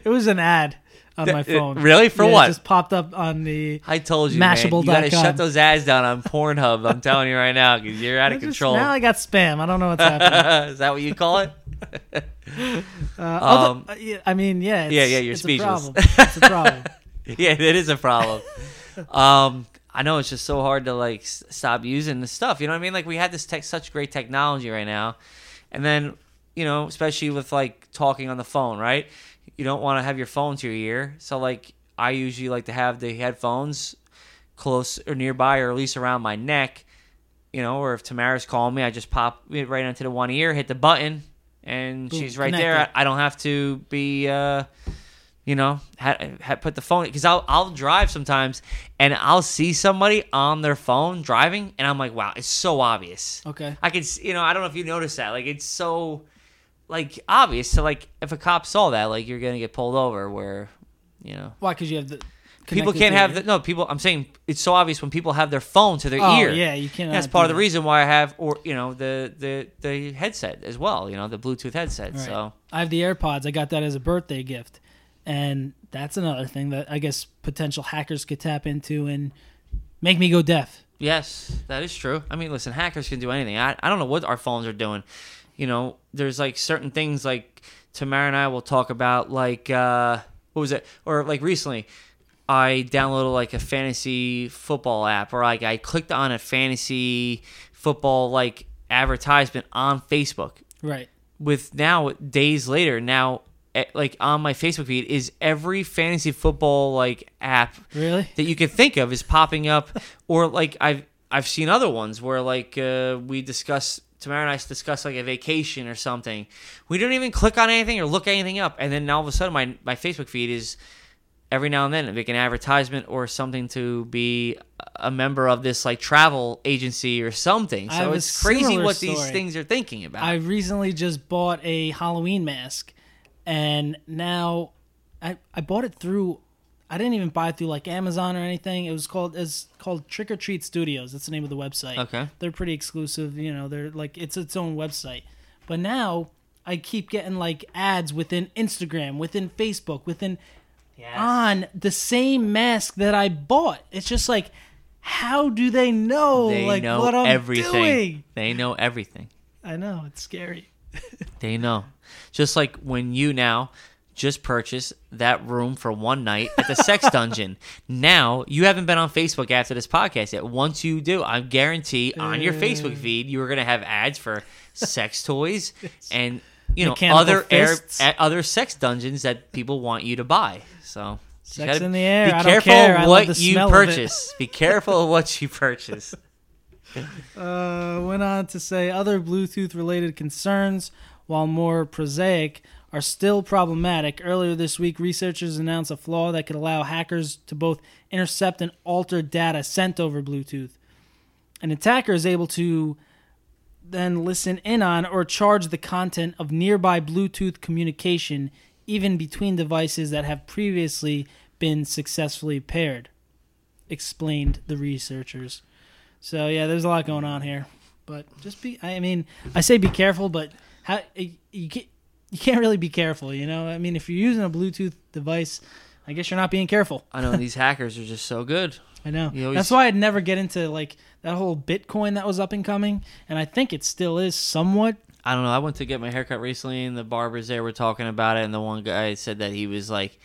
Speaker 2: It was an ad on my
Speaker 3: Uh,
Speaker 2: phone.
Speaker 3: really? For
Speaker 2: Yeah, it
Speaker 3: what?
Speaker 2: just popped up on the.
Speaker 3: I told you, man. You gotta
Speaker 2: Mashable.com.
Speaker 3: shut those ads down on Pornhub. I'm telling you right now, because you're out
Speaker 2: I
Speaker 3: of
Speaker 2: just-
Speaker 3: control.
Speaker 2: now I got spam. I don't know what's happening.
Speaker 3: Is that what you call it?
Speaker 2: Uh, other-
Speaker 3: Um,
Speaker 2: uh, yeah, I mean, yeah. It's,
Speaker 3: yeah, yeah, you're
Speaker 2: it's
Speaker 3: speechless.
Speaker 2: A problem. It's a problem.
Speaker 3: yeah, it is a problem. Um, I know it's just so hard to like s- stop using the stuff. You know what I mean? Like we had this tech, such great technology right now, and then you know, especially with like talking on the phone, right? You don't want to have your phone to your ear, so like I usually like to have the headphones close or nearby, or at least around my neck. You know, or if Tamara's calling me, I just pop it right onto the one ear, hit the button, and
Speaker 2: Boom,
Speaker 3: she's right there.
Speaker 2: connected.
Speaker 3: I, I don't have to be. uh you know, ha ha put the phone because I'll I'll drive sometimes and I'll see somebody on their phone driving and I'm like, wow, it's so obvious.
Speaker 2: Okay.
Speaker 3: I could, s- you know, I don't know if you noticed that, like it's so, like obvious. So like, if a cop saw that, like you're gonna get pulled over. Where, you know,
Speaker 2: Why? Because you have the.
Speaker 3: people
Speaker 2: connected
Speaker 3: can't
Speaker 2: to
Speaker 3: have
Speaker 2: your-
Speaker 3: the, no people. I'm saying it's so obvious when people have their phone to their
Speaker 2: Oh,
Speaker 3: ear.
Speaker 2: yeah, you cannot
Speaker 3: That's part
Speaker 2: do
Speaker 3: of the
Speaker 2: that.
Speaker 3: reason why I have, or you know, the the the headset as well. You know, the Bluetooth headset.
Speaker 2: Right.
Speaker 3: So
Speaker 2: I have the AirPods. I got that as a birthday gift, and that's another thing that I guess potential hackers could tap into and make me go deaf.
Speaker 3: Yes, that is true. I mean, listen, hackers can do anything. I, I don't know what our phones are doing. You know, there's like certain things like Tamara and I will talk about, like, uh, what was it? Or like recently, I downloaded like a fantasy football app, or like I clicked on a fantasy football like advertisement on Facebook
Speaker 2: Right.
Speaker 3: with now days later now eh, like on my facebook feed is every fantasy football like app
Speaker 2: Really?
Speaker 3: that you can think of is popping up or like i've i've seen other ones where like uh, we discuss Tamara and I discuss like a vacation or something. We don't even click on anything or look anything up, and then all of a sudden, my my Facebook feed is every now and then like an advertisement or something to be a member of this like travel agency or something.
Speaker 2: I have
Speaker 3: So
Speaker 2: a
Speaker 3: it's crazy
Speaker 2: similar
Speaker 3: what these
Speaker 2: story.
Speaker 3: things are thinking about.
Speaker 2: I recently just bought a Halloween mask, and now I I bought it through. I didn't even buy it through like Amazon or anything. It was called it's called Trick or Treat Studios. That's the name of the website.
Speaker 3: Okay.
Speaker 2: They're pretty exclusive. You know, they're like it's its own website. But now I keep getting like ads within Instagram, within Facebook, within on the same mask that I bought. It's just like, how do they know
Speaker 3: They
Speaker 2: Oh, like
Speaker 3: know
Speaker 2: what I'm
Speaker 3: everything.
Speaker 2: doing?
Speaker 3: They know everything.
Speaker 2: I know it's scary.
Speaker 3: They know. Just like when you now just purchased that room for one night at the sex dungeon. Now you haven't been on Facebook after this podcast yet. Once you do, I
Speaker 2: Uh.
Speaker 3: guarantee on your Facebook feed you are gonna have ads for sex toys and you know
Speaker 2: Mechanical
Speaker 3: other air,
Speaker 2: fists.
Speaker 3: a- other sex dungeons that people want you to buy. So you
Speaker 2: Sex
Speaker 3: gotta
Speaker 2: in the air,
Speaker 3: Be
Speaker 2: I don't
Speaker 3: careful
Speaker 2: care, I love
Speaker 3: what
Speaker 2: the
Speaker 3: you
Speaker 2: smell of it.
Speaker 3: purchase. Be careful of what you purchase.
Speaker 2: Uh, went on to say other Bluetooth related concerns, while more prosaic, are still problematic. Earlier this week, researchers announced a flaw that could allow hackers to both intercept and alter data sent over Bluetooth. An attacker is able to then listen in on or charge the content of nearby Bluetooth communication, even between devices that have previously been successfully paired, explained the researchers. So yeah, there's a lot going on here, but just be. I mean, I say be careful, but how you can't, you can't really be careful, you know. I mean, if you're using a Bluetooth device, I guess you're not being careful.
Speaker 3: I know these hackers are just so good.
Speaker 2: I know.
Speaker 3: You always-
Speaker 2: That's why I'd never get into like that whole Bitcoin that was up and coming, and I think it still is somewhat.
Speaker 3: I don't know. I went to get my haircut recently, and the barbers there were talking about it, and the one guy said that he was like,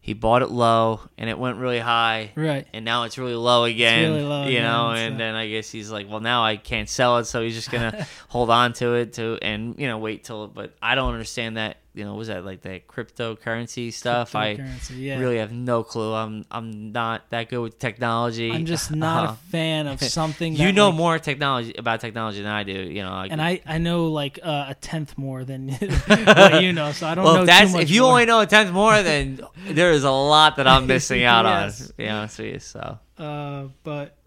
Speaker 3: he bought it low, and it went really high,
Speaker 2: Right.
Speaker 3: and now it's really low again.
Speaker 2: really low
Speaker 3: you know,
Speaker 2: again,
Speaker 3: and
Speaker 2: so-
Speaker 3: then I guess he's like, well, now I can't sell it, so he's just gonna hold on to it to and you know wait till. But I don't understand that. You know, what was that like that cryptocurrency stuff? I
Speaker 2: Cryptocurrency, yeah.
Speaker 3: really have no clue. I'm I'm not that good with technology.
Speaker 2: I'm just not
Speaker 3: Uh-huh.
Speaker 2: a fan of something.
Speaker 3: You
Speaker 2: that,
Speaker 3: know
Speaker 2: like-
Speaker 3: more technology about technology than I do. You know,
Speaker 2: and I I know like uh, a tenth more than what you know, so I don't
Speaker 3: well,
Speaker 2: know
Speaker 3: if that's
Speaker 2: too much.
Speaker 3: if you
Speaker 2: more.
Speaker 3: only know a tenth more, then there is a lot that I'm missing out
Speaker 2: Yes.
Speaker 3: on. To be honest with you, so
Speaker 2: uh, but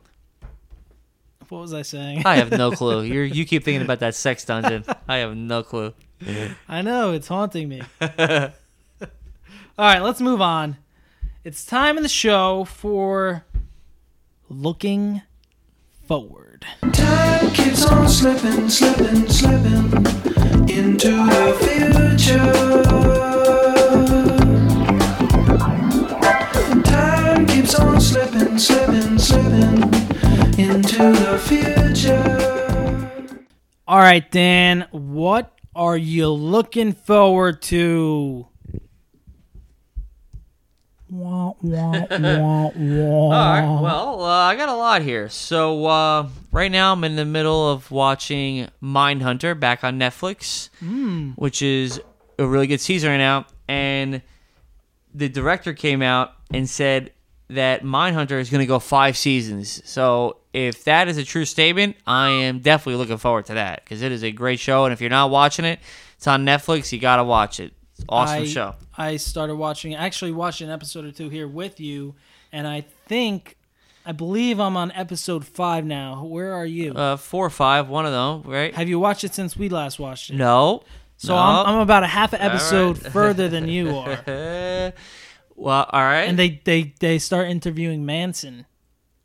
Speaker 2: what was I saying?
Speaker 3: I have no clue. You you keep thinking about that sex dungeon. I have no clue.
Speaker 2: I know, it's haunting me. All right, let's move on. It's time in the show for looking forward.
Speaker 5: Time keeps on slipping, slipping, slipping into the future. Time keeps on slipping, slipping, slipping into the future.
Speaker 2: All right, Dan, what are you looking forward to? Wah, wah, wah, wah.
Speaker 3: All right. Well, uh, I got a lot here. So uh, right now, I'm in the middle of watching Mindhunter back on Netflix,
Speaker 2: Hmm.
Speaker 3: which is a really good season right now. And the director came out and said that Mindhunter is going to go five seasons. So if that is a true statement, I am definitely looking forward to that because it is a great show. And if you're not watching it, it's on Netflix. You got to watch it. It's an awesome
Speaker 2: I,
Speaker 3: show.
Speaker 2: I started watching, actually watched an episode or two here with you, and I think, I believe I'm on episode five now. Where are you?
Speaker 3: Uh, four or five, one of them, right?
Speaker 2: Have you watched it since we last watched it?
Speaker 3: No.
Speaker 2: So
Speaker 3: no.
Speaker 2: I'm, I'm about a half an episode
Speaker 3: right.
Speaker 2: further than you are.
Speaker 3: Uh, well, all right.
Speaker 2: And they, they, they start interviewing Manson.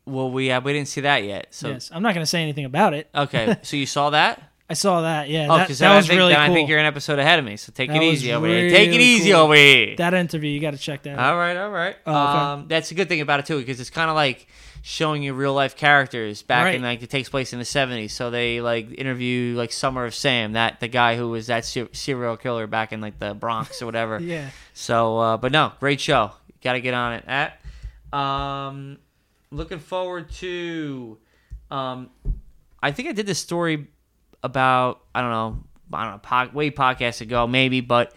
Speaker 3: well, we uh, we didn't see that yet. So
Speaker 2: Yes, I'm not going to say anything about it.
Speaker 3: okay, so you saw that?
Speaker 2: I saw that. Yeah,
Speaker 3: Oh,
Speaker 2: that,
Speaker 3: because
Speaker 2: that
Speaker 3: I
Speaker 2: was
Speaker 3: think,
Speaker 2: really
Speaker 3: then
Speaker 2: cool.
Speaker 3: I think you're an episode ahead of me. So take
Speaker 2: That
Speaker 3: it
Speaker 2: was
Speaker 3: easy over here. Take it
Speaker 2: really
Speaker 3: easy
Speaker 2: cool.
Speaker 3: over here.
Speaker 2: that interview, you got to check that out.
Speaker 3: all right, all right.
Speaker 2: Oh, okay.
Speaker 3: um, that's a good thing about it too, because it's kind of like showing you real life characters back in
Speaker 2: Right.
Speaker 3: like it takes place in the '70s. So they like interview like Summer of Sam, that the guy who was that ser- serial killer back in like the Bronx or whatever.
Speaker 2: Yeah.
Speaker 3: So, uh, but no, great show. Got to get on it. At um, looking forward to. Um, I think I did this story about I don't know I don't know po- way podcast ago maybe, but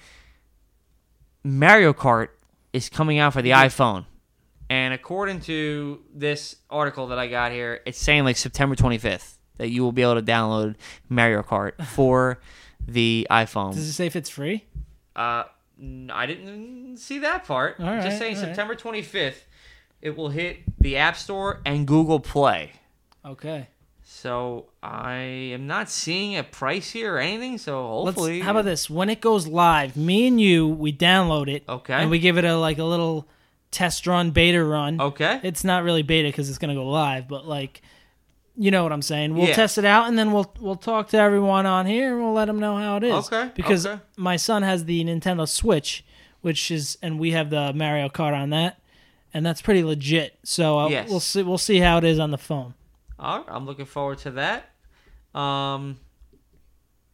Speaker 3: Mario Kart is coming out for the
Speaker 2: Mm-hmm.
Speaker 3: iPhone. And according to this article that I got here, it's saying like September 25th that you will be able to download Mario Kart for the iPhone.
Speaker 2: Does it say if it's free?
Speaker 3: Uh, n- I didn't see that part.
Speaker 2: All right,
Speaker 3: Just saying
Speaker 2: all right.
Speaker 3: September 25th, it will hit the App Store and Google Play.
Speaker 2: Okay.
Speaker 3: So I am not seeing a price here or anything. So
Speaker 2: Let's,
Speaker 3: hopefully,
Speaker 2: how about this? When it goes live, me and you, we download it.
Speaker 3: Okay.
Speaker 2: And we give it a like a little test run, beta run.
Speaker 3: Okay.
Speaker 2: It's not really beta because it's gonna go live, but like, you know what I'm saying. We'll
Speaker 3: Yeah.
Speaker 2: test it out and then we'll we'll talk to everyone on here and we'll let them know how it is.
Speaker 3: Okay,
Speaker 2: Because
Speaker 3: okay.
Speaker 2: my son has the Nintendo Switch, which is and we have the Mario Kart on that, and that's pretty legit. So uh,
Speaker 3: Yes.
Speaker 2: we'll see we'll see how it is on the phone.
Speaker 3: All right, I'm looking forward to that. Um,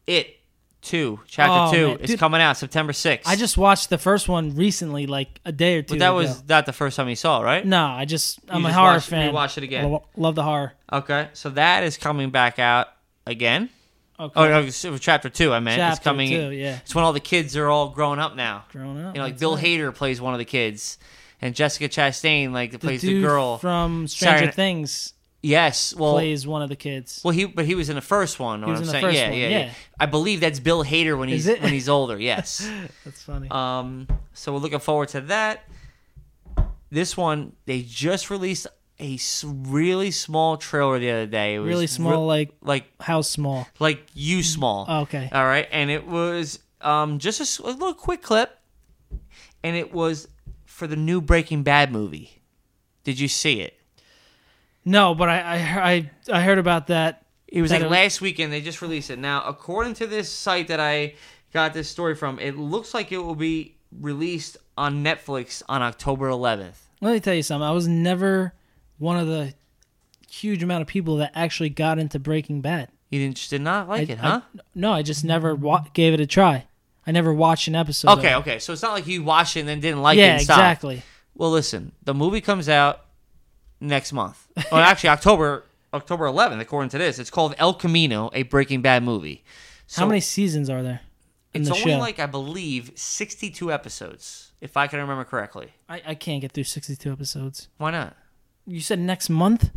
Speaker 3: it two
Speaker 2: Oh,
Speaker 3: chapter two
Speaker 2: man.
Speaker 3: is
Speaker 2: Dude,
Speaker 3: coming out September 6th.
Speaker 2: I just watched the first one recently, like a day or two.
Speaker 3: but that
Speaker 2: ago.
Speaker 3: was not the first time you saw it, right?
Speaker 2: No, I just I'm a
Speaker 3: just
Speaker 2: horror
Speaker 3: watched-
Speaker 2: fan.
Speaker 3: rewatched it again.
Speaker 2: Lo- love the horror.
Speaker 3: Okay, so that is coming back out again.
Speaker 2: Okay.
Speaker 3: Oh, no, it's- it was chapter two. I meant it's
Speaker 2: Chapter
Speaker 3: coming.
Speaker 2: two, yeah.
Speaker 3: It's when all the kids are all grown up now.
Speaker 2: Grown up,
Speaker 3: You know, like
Speaker 2: that's
Speaker 3: Bill
Speaker 2: right.
Speaker 3: Hader plays one of the kids, and Jessica Chastain like
Speaker 2: the
Speaker 3: plays the
Speaker 2: dude
Speaker 3: girl.
Speaker 2: from Stranger
Speaker 3: Saturday-
Speaker 2: Things
Speaker 3: yes. Well,
Speaker 2: plays one of the kids.
Speaker 3: well, he but he was in the first one. What
Speaker 2: was
Speaker 3: I'm
Speaker 2: in the
Speaker 3: saying.
Speaker 2: first
Speaker 3: yeah,
Speaker 2: one,
Speaker 3: yeah,
Speaker 2: yeah.
Speaker 3: I believe that's Bill Hader when
Speaker 2: Is
Speaker 3: he's
Speaker 2: it?
Speaker 3: when he's older. Yes.
Speaker 2: That's funny.
Speaker 3: Um, so we're looking forward to that. This one they just released a s- really small trailer the other day. It was
Speaker 2: really
Speaker 3: re-
Speaker 2: small, like
Speaker 3: like
Speaker 2: how small?
Speaker 3: like you small.
Speaker 2: Oh, okay.
Speaker 3: All right, and it was um just a s- a, little quick clip, and it was for the new Breaking Bad movie. Did you see it?
Speaker 2: No, but I I I, I heard about that.
Speaker 3: It was
Speaker 2: That
Speaker 3: like
Speaker 2: it-
Speaker 3: last weekend. They just released it. Now, according to this site that I got this story from, it looks like it will be released on Netflix on October 11th.
Speaker 2: Let me tell you something. I was never one of the huge amount of people that actually got into Breaking Bad.
Speaker 3: You didn't, just did not
Speaker 2: I-
Speaker 3: like it, huh?
Speaker 2: I, no, I just never wa- gave it a try. I never watched an episode. of
Speaker 3: okay,
Speaker 2: it.
Speaker 3: okay. So it's not like you watched it and then didn't like it
Speaker 2: Yeah,
Speaker 3: and stopped.
Speaker 2: exactly.
Speaker 3: Well, listen, the movie comes out next month. Well, actually, October October 11th, according to this. It's called El Camino, a Breaking Bad movie. So
Speaker 2: How many seasons are there in
Speaker 3: It's
Speaker 2: the
Speaker 3: only
Speaker 2: show?
Speaker 3: like I believe 62 episodes, if I can remember correctly.
Speaker 2: I, I can't get through sixty-two episodes.
Speaker 3: Why not?
Speaker 2: You said next month.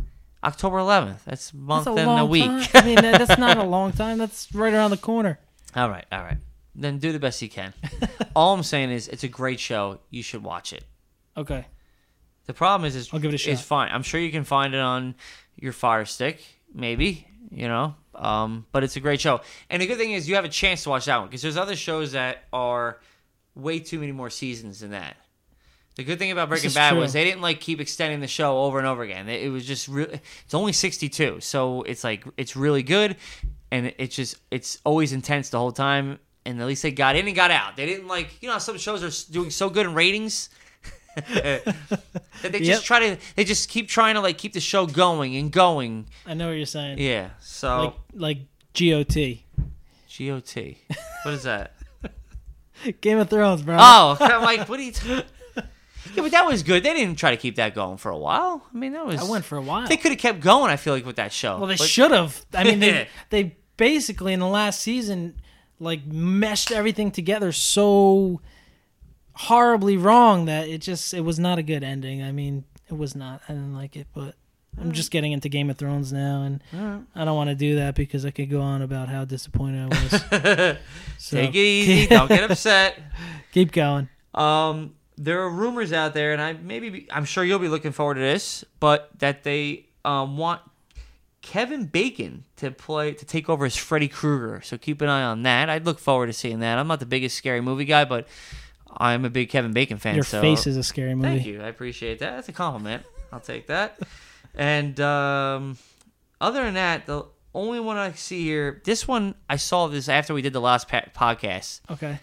Speaker 3: October 11th. That's a month
Speaker 2: That's a
Speaker 3: and
Speaker 2: long
Speaker 3: a week.
Speaker 2: time. I mean, that, that's not a long time. That's right around the corner.
Speaker 3: All right, all right. Then do the best you can. all I'm saying is it's a great show. You should watch it.
Speaker 2: Okay.
Speaker 3: The problem is, is
Speaker 2: I'll give it a shot.
Speaker 3: It's fine. I'm sure you can find it on your Fire Stick, maybe. You know, um, but it's a great show. And the good thing is, you have a chance to watch that one because there's other shows that are way too many more seasons than that. The good thing about Breaking
Speaker 2: is
Speaker 3: Bad
Speaker 2: true.
Speaker 3: was they didn't like keep extending the show over and over again. It, it was just really, it's only 62, so it's like it's really good, and it- it's just it's always intense the whole time. And at least they got in and got out. They didn't like you know how some shows are s- doing so good in ratings. That they
Speaker 2: Yep.
Speaker 3: just try to they just keep trying to like keep the show going and going.
Speaker 2: I know what you're saying.
Speaker 3: Yeah. So
Speaker 2: Like like GOT.
Speaker 3: GOT. What is that?
Speaker 2: Game of Thrones, bro.
Speaker 3: oh, I'm like, what are you t- Yeah, but that was good. They didn't try to keep that going for a while. I mean, that was
Speaker 2: I went for a while.
Speaker 3: They could have kept going, I feel like with that show.
Speaker 2: well, they
Speaker 3: But-
Speaker 2: should have. I mean, they they basically in the last season like meshed everything together so horribly wrong that it just it was not a good ending. I mean, it was not. I didn't like it, but I'm just getting into Game of Thrones now, and I don't want to do that because I could go on about how disappointed I was. so,
Speaker 3: Take it easy. Don't get upset.
Speaker 2: Keep going.
Speaker 3: Um, there are rumors out there, and I maybe be, I'm sure you'll be looking forward to this, but that they um, want Kevin Bacon to play to take over as Freddy Krueger. So keep an eye on that. I'd look forward to seeing that. I'm not the biggest scary movie guy, but I'm a big Kevin Bacon fan.
Speaker 2: Your
Speaker 3: so
Speaker 2: face is a scary movie.
Speaker 3: Thank you. I appreciate that. That's a compliment. I'll take that. And um, other than that, the only one I see here, this one I saw this after we did the last pa- podcast
Speaker 2: Okay.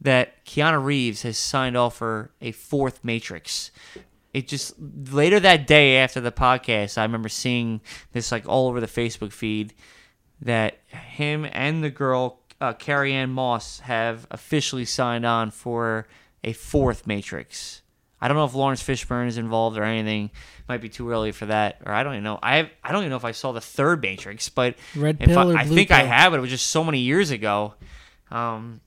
Speaker 3: that Keanu Reeves has signed off for a fourth Matrix. It just later that day after the podcast, I remember seeing this like all over the Facebook feed that him and the girl uh, Carrie Ann Moss have officially signed on for a fourth Matrix. I don't know if Lawrence Fishburne is involved or anything. Might be too early for that, or I don't even know. I I don't even know if I saw the third Matrix, but
Speaker 2: Red
Speaker 3: if I,
Speaker 2: pill or
Speaker 3: I
Speaker 2: blue
Speaker 3: think I
Speaker 2: pill?
Speaker 3: have, but it was just so many years ago. Um,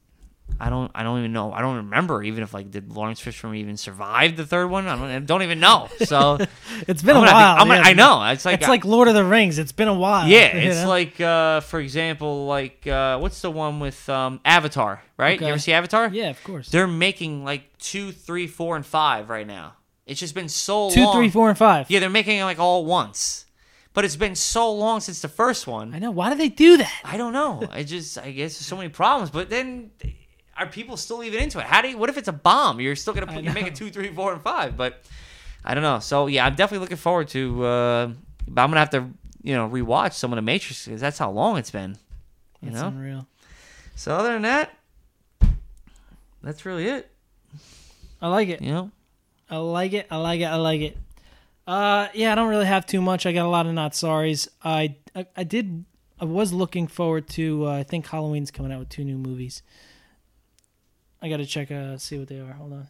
Speaker 3: I don't. I don't even know. I don't remember even if like did Lawrence Fishburne even survive the third one. I don't. I don't even know. So
Speaker 2: It's been
Speaker 3: I'm
Speaker 2: a
Speaker 3: gonna
Speaker 2: while.
Speaker 3: have to- I'm gonna-
Speaker 2: yeah.
Speaker 3: I know. It's like
Speaker 2: It's like Lord of the Rings. It's been a while.
Speaker 3: yeah.
Speaker 2: you
Speaker 3: It's
Speaker 2: know?
Speaker 3: like uh, for example, like uh, what's the one with um, Avatar? Right? You
Speaker 2: Okay.
Speaker 3: ever see Avatar?
Speaker 2: yeah, of course.
Speaker 3: They're making like two, three, four, and five right now. It's just been so
Speaker 2: Two,
Speaker 3: long.
Speaker 2: three, four, and five.
Speaker 3: Yeah, they're making it like all at once. But it's been so long since the first one.
Speaker 2: I know. Why do they do that?
Speaker 3: I don't know. I just I guess there's so many problems. But then, are people still even into it? How do you? What if it's a bomb? You're still gonna put, you make it two, three, four, and five. But I don't know. So yeah, I'm definitely looking forward to. Uh, but I'm gonna have to you know rewatch some of the Matrix because that's how long it's been. You
Speaker 2: It's
Speaker 3: know.
Speaker 2: unreal.
Speaker 3: So other than that, that's really it.
Speaker 2: I like it.
Speaker 3: You know.
Speaker 2: I like it. I like it. I like it. Uh, yeah, I don't really have too much. I got a lot of not sorries. I I, I did. I was looking forward to. Uh, I think Halloween's coming out with two new movies. I gotta check. Uh, see what they are. Hold on.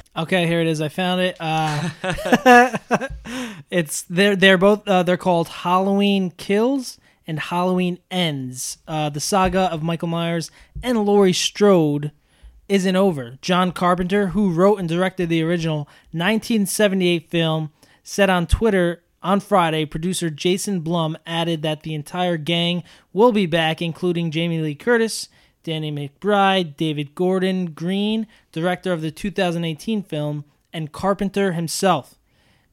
Speaker 2: okay, here it is. I found it. Uh, it's they're they're both. Uh, they're called Halloween Kills and Halloween Ends. Uh, the saga of Michael Myers and Laurie Strode isn't over. John Carpenter, who wrote and directed the original 1978 film, said on Twitter on Friday, producer Jason Blum added that the entire gang will be back, including Jamie Lee Curtis, Danny McBride, David Gordon Green, director of the 2018 film, and Carpenter himself.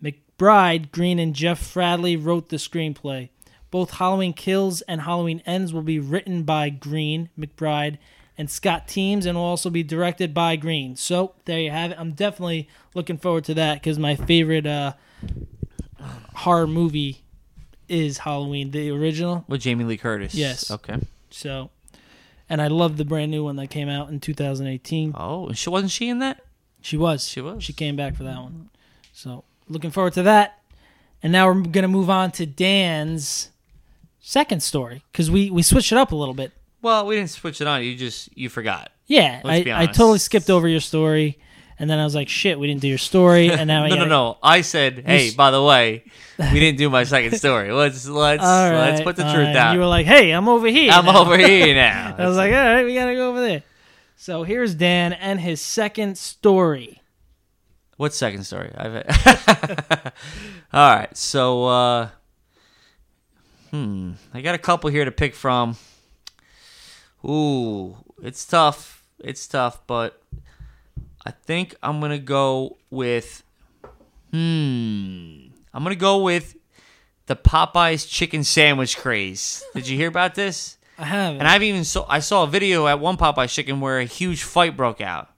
Speaker 2: McBride, Green, and Jeff Fradley wrote the screenplay. Both Halloween Kills and Halloween Ends will be written by Green, McBride, and Scott Teams and will also be directed by Green. So there you have it. I'm definitely looking forward to that because my favorite uh, horror movie is Halloween, the original.
Speaker 3: With Jamie Lee Curtis.
Speaker 2: Yes.
Speaker 3: Okay.
Speaker 2: So, and I love the brand new one that came out in 2018.
Speaker 3: Oh, and she wasn't she in that?
Speaker 2: She was.
Speaker 3: She was.
Speaker 2: She came back for that one. So looking forward to that. And now we're gonna move on to Dan's second story because we we switched it up a little bit.
Speaker 3: Well, we didn't switch it on. You just you forgot.
Speaker 2: Yeah,
Speaker 3: Let's
Speaker 2: I,
Speaker 3: be
Speaker 2: I
Speaker 3: honest.
Speaker 2: totally skipped over your story, and then I was like, shit, we didn't do your story, and now I
Speaker 3: no, no,
Speaker 2: gotta-
Speaker 3: no. I said, hey,
Speaker 2: Oh, s-
Speaker 3: by the way, we didn't do my second story. Let's let's
Speaker 2: All right,
Speaker 3: let's put the
Speaker 2: all
Speaker 3: truth
Speaker 2: right.
Speaker 3: out.
Speaker 2: You were like, hey, I'm over here.
Speaker 3: I'm
Speaker 2: now.
Speaker 3: over here now.
Speaker 2: I was like, all right, we gotta go over there. So here's Dan and his second story.
Speaker 3: What second story? I've All right, so uh, hmm, I got a couple here to pick from. Ooh, it's tough. It's tough, but I think I'm gonna go with hmm. I'm gonna go with the Popeyes chicken sandwich craze. Did you hear about this?
Speaker 2: I have.
Speaker 3: And I've even saw I saw a video at one Popeye's chicken where a huge fight broke out.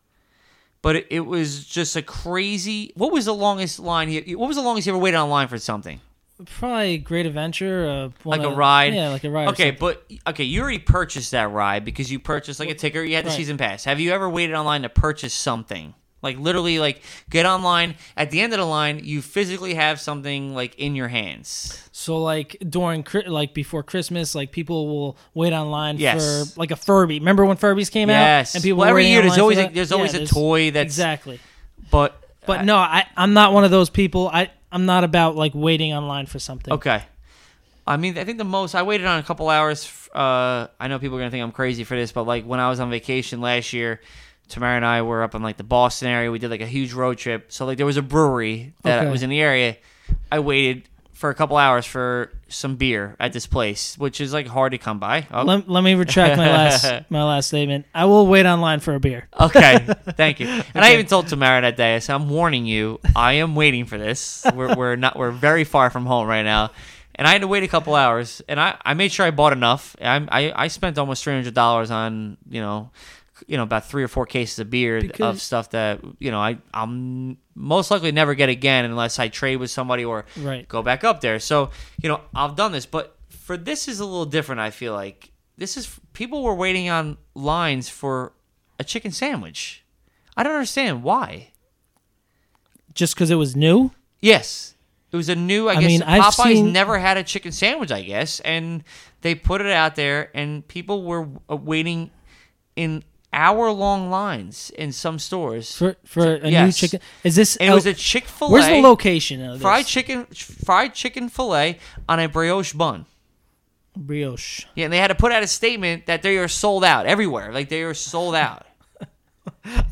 Speaker 3: But it, it was just a crazy. What was the longest line here? What was the longest you ever waited online for something?
Speaker 2: probably Great Adventure, uh, one
Speaker 3: Like a
Speaker 2: of-
Speaker 3: ride.
Speaker 2: Yeah, like a ride. or
Speaker 3: Okay, but okay, you already purchased that ride because you purchased like a ticket. You had the
Speaker 2: Right.
Speaker 3: season pass. Have you ever waited online to purchase something? Like literally, like get online at the end of the line, you physically have something like in your hands.
Speaker 2: So like during Chri- like before Christmas, like people will wait online
Speaker 3: Yes.
Speaker 2: for like a Furby. Remember when Furbies came
Speaker 3: Yes.
Speaker 2: out? And people
Speaker 3: Well,
Speaker 2: were
Speaker 3: every
Speaker 2: waiting
Speaker 3: year there's
Speaker 2: online for
Speaker 3: always a-
Speaker 2: that?
Speaker 3: there's always a
Speaker 2: there's-
Speaker 3: toy that's- uh,
Speaker 2: exactly.
Speaker 3: But
Speaker 2: But no, I I'm not one of those people. I I'm not about like waiting online for something.
Speaker 3: Okay. I mean, I think the most I waited on a couple hours. f- Uh, I know people are gonna think I'm crazy for this, but like when I was on vacation last year, Tamara and I were up in like the Boston area. We did like a huge road trip, so like there was a brewery that
Speaker 2: Okay.
Speaker 3: was in the area. I waited for a couple hours for some beer at this place, which is like hard to come by. Oh,
Speaker 2: Let, let me retract my last my last statement. I will wait online for a beer.
Speaker 3: okay, thank you. And I even told Tamara that day. I said, "I'm warning you. I am waiting for this. We're, we're not. We're very far from home right now." And I had to wait a couple hours. And I, I made sure I bought enough. I, I, I spent almost three hundred dollars on you know, you know about three or four cases of beer of
Speaker 2: Because-
Speaker 3: stuff that you know I I'm most likely never get again unless I trade with somebody or
Speaker 2: Right.
Speaker 3: go back up there. So you know I've done this, but for this is a little different. I feel like this is people were waiting on lines for a chicken sandwich. I don't understand why.
Speaker 2: Just because it was new.
Speaker 3: Yes, it was a new. I, guess
Speaker 2: mean, I've
Speaker 3: Popeyes
Speaker 2: seen-
Speaker 3: never had a chicken sandwich. I guess, and they put it out there, and people were uh, waiting in hour-long lines in some stores.
Speaker 2: For, for a
Speaker 3: Yes.
Speaker 2: new chicken, is this?
Speaker 3: and it
Speaker 2: out-
Speaker 3: was a Chick Fil A.
Speaker 2: where's the location of this?
Speaker 3: Fried chicken, fried chicken fillet on a brioche bun.
Speaker 2: brioche.
Speaker 3: Yeah, and they had to put out a statement that they are sold out everywhere. Like they are sold out.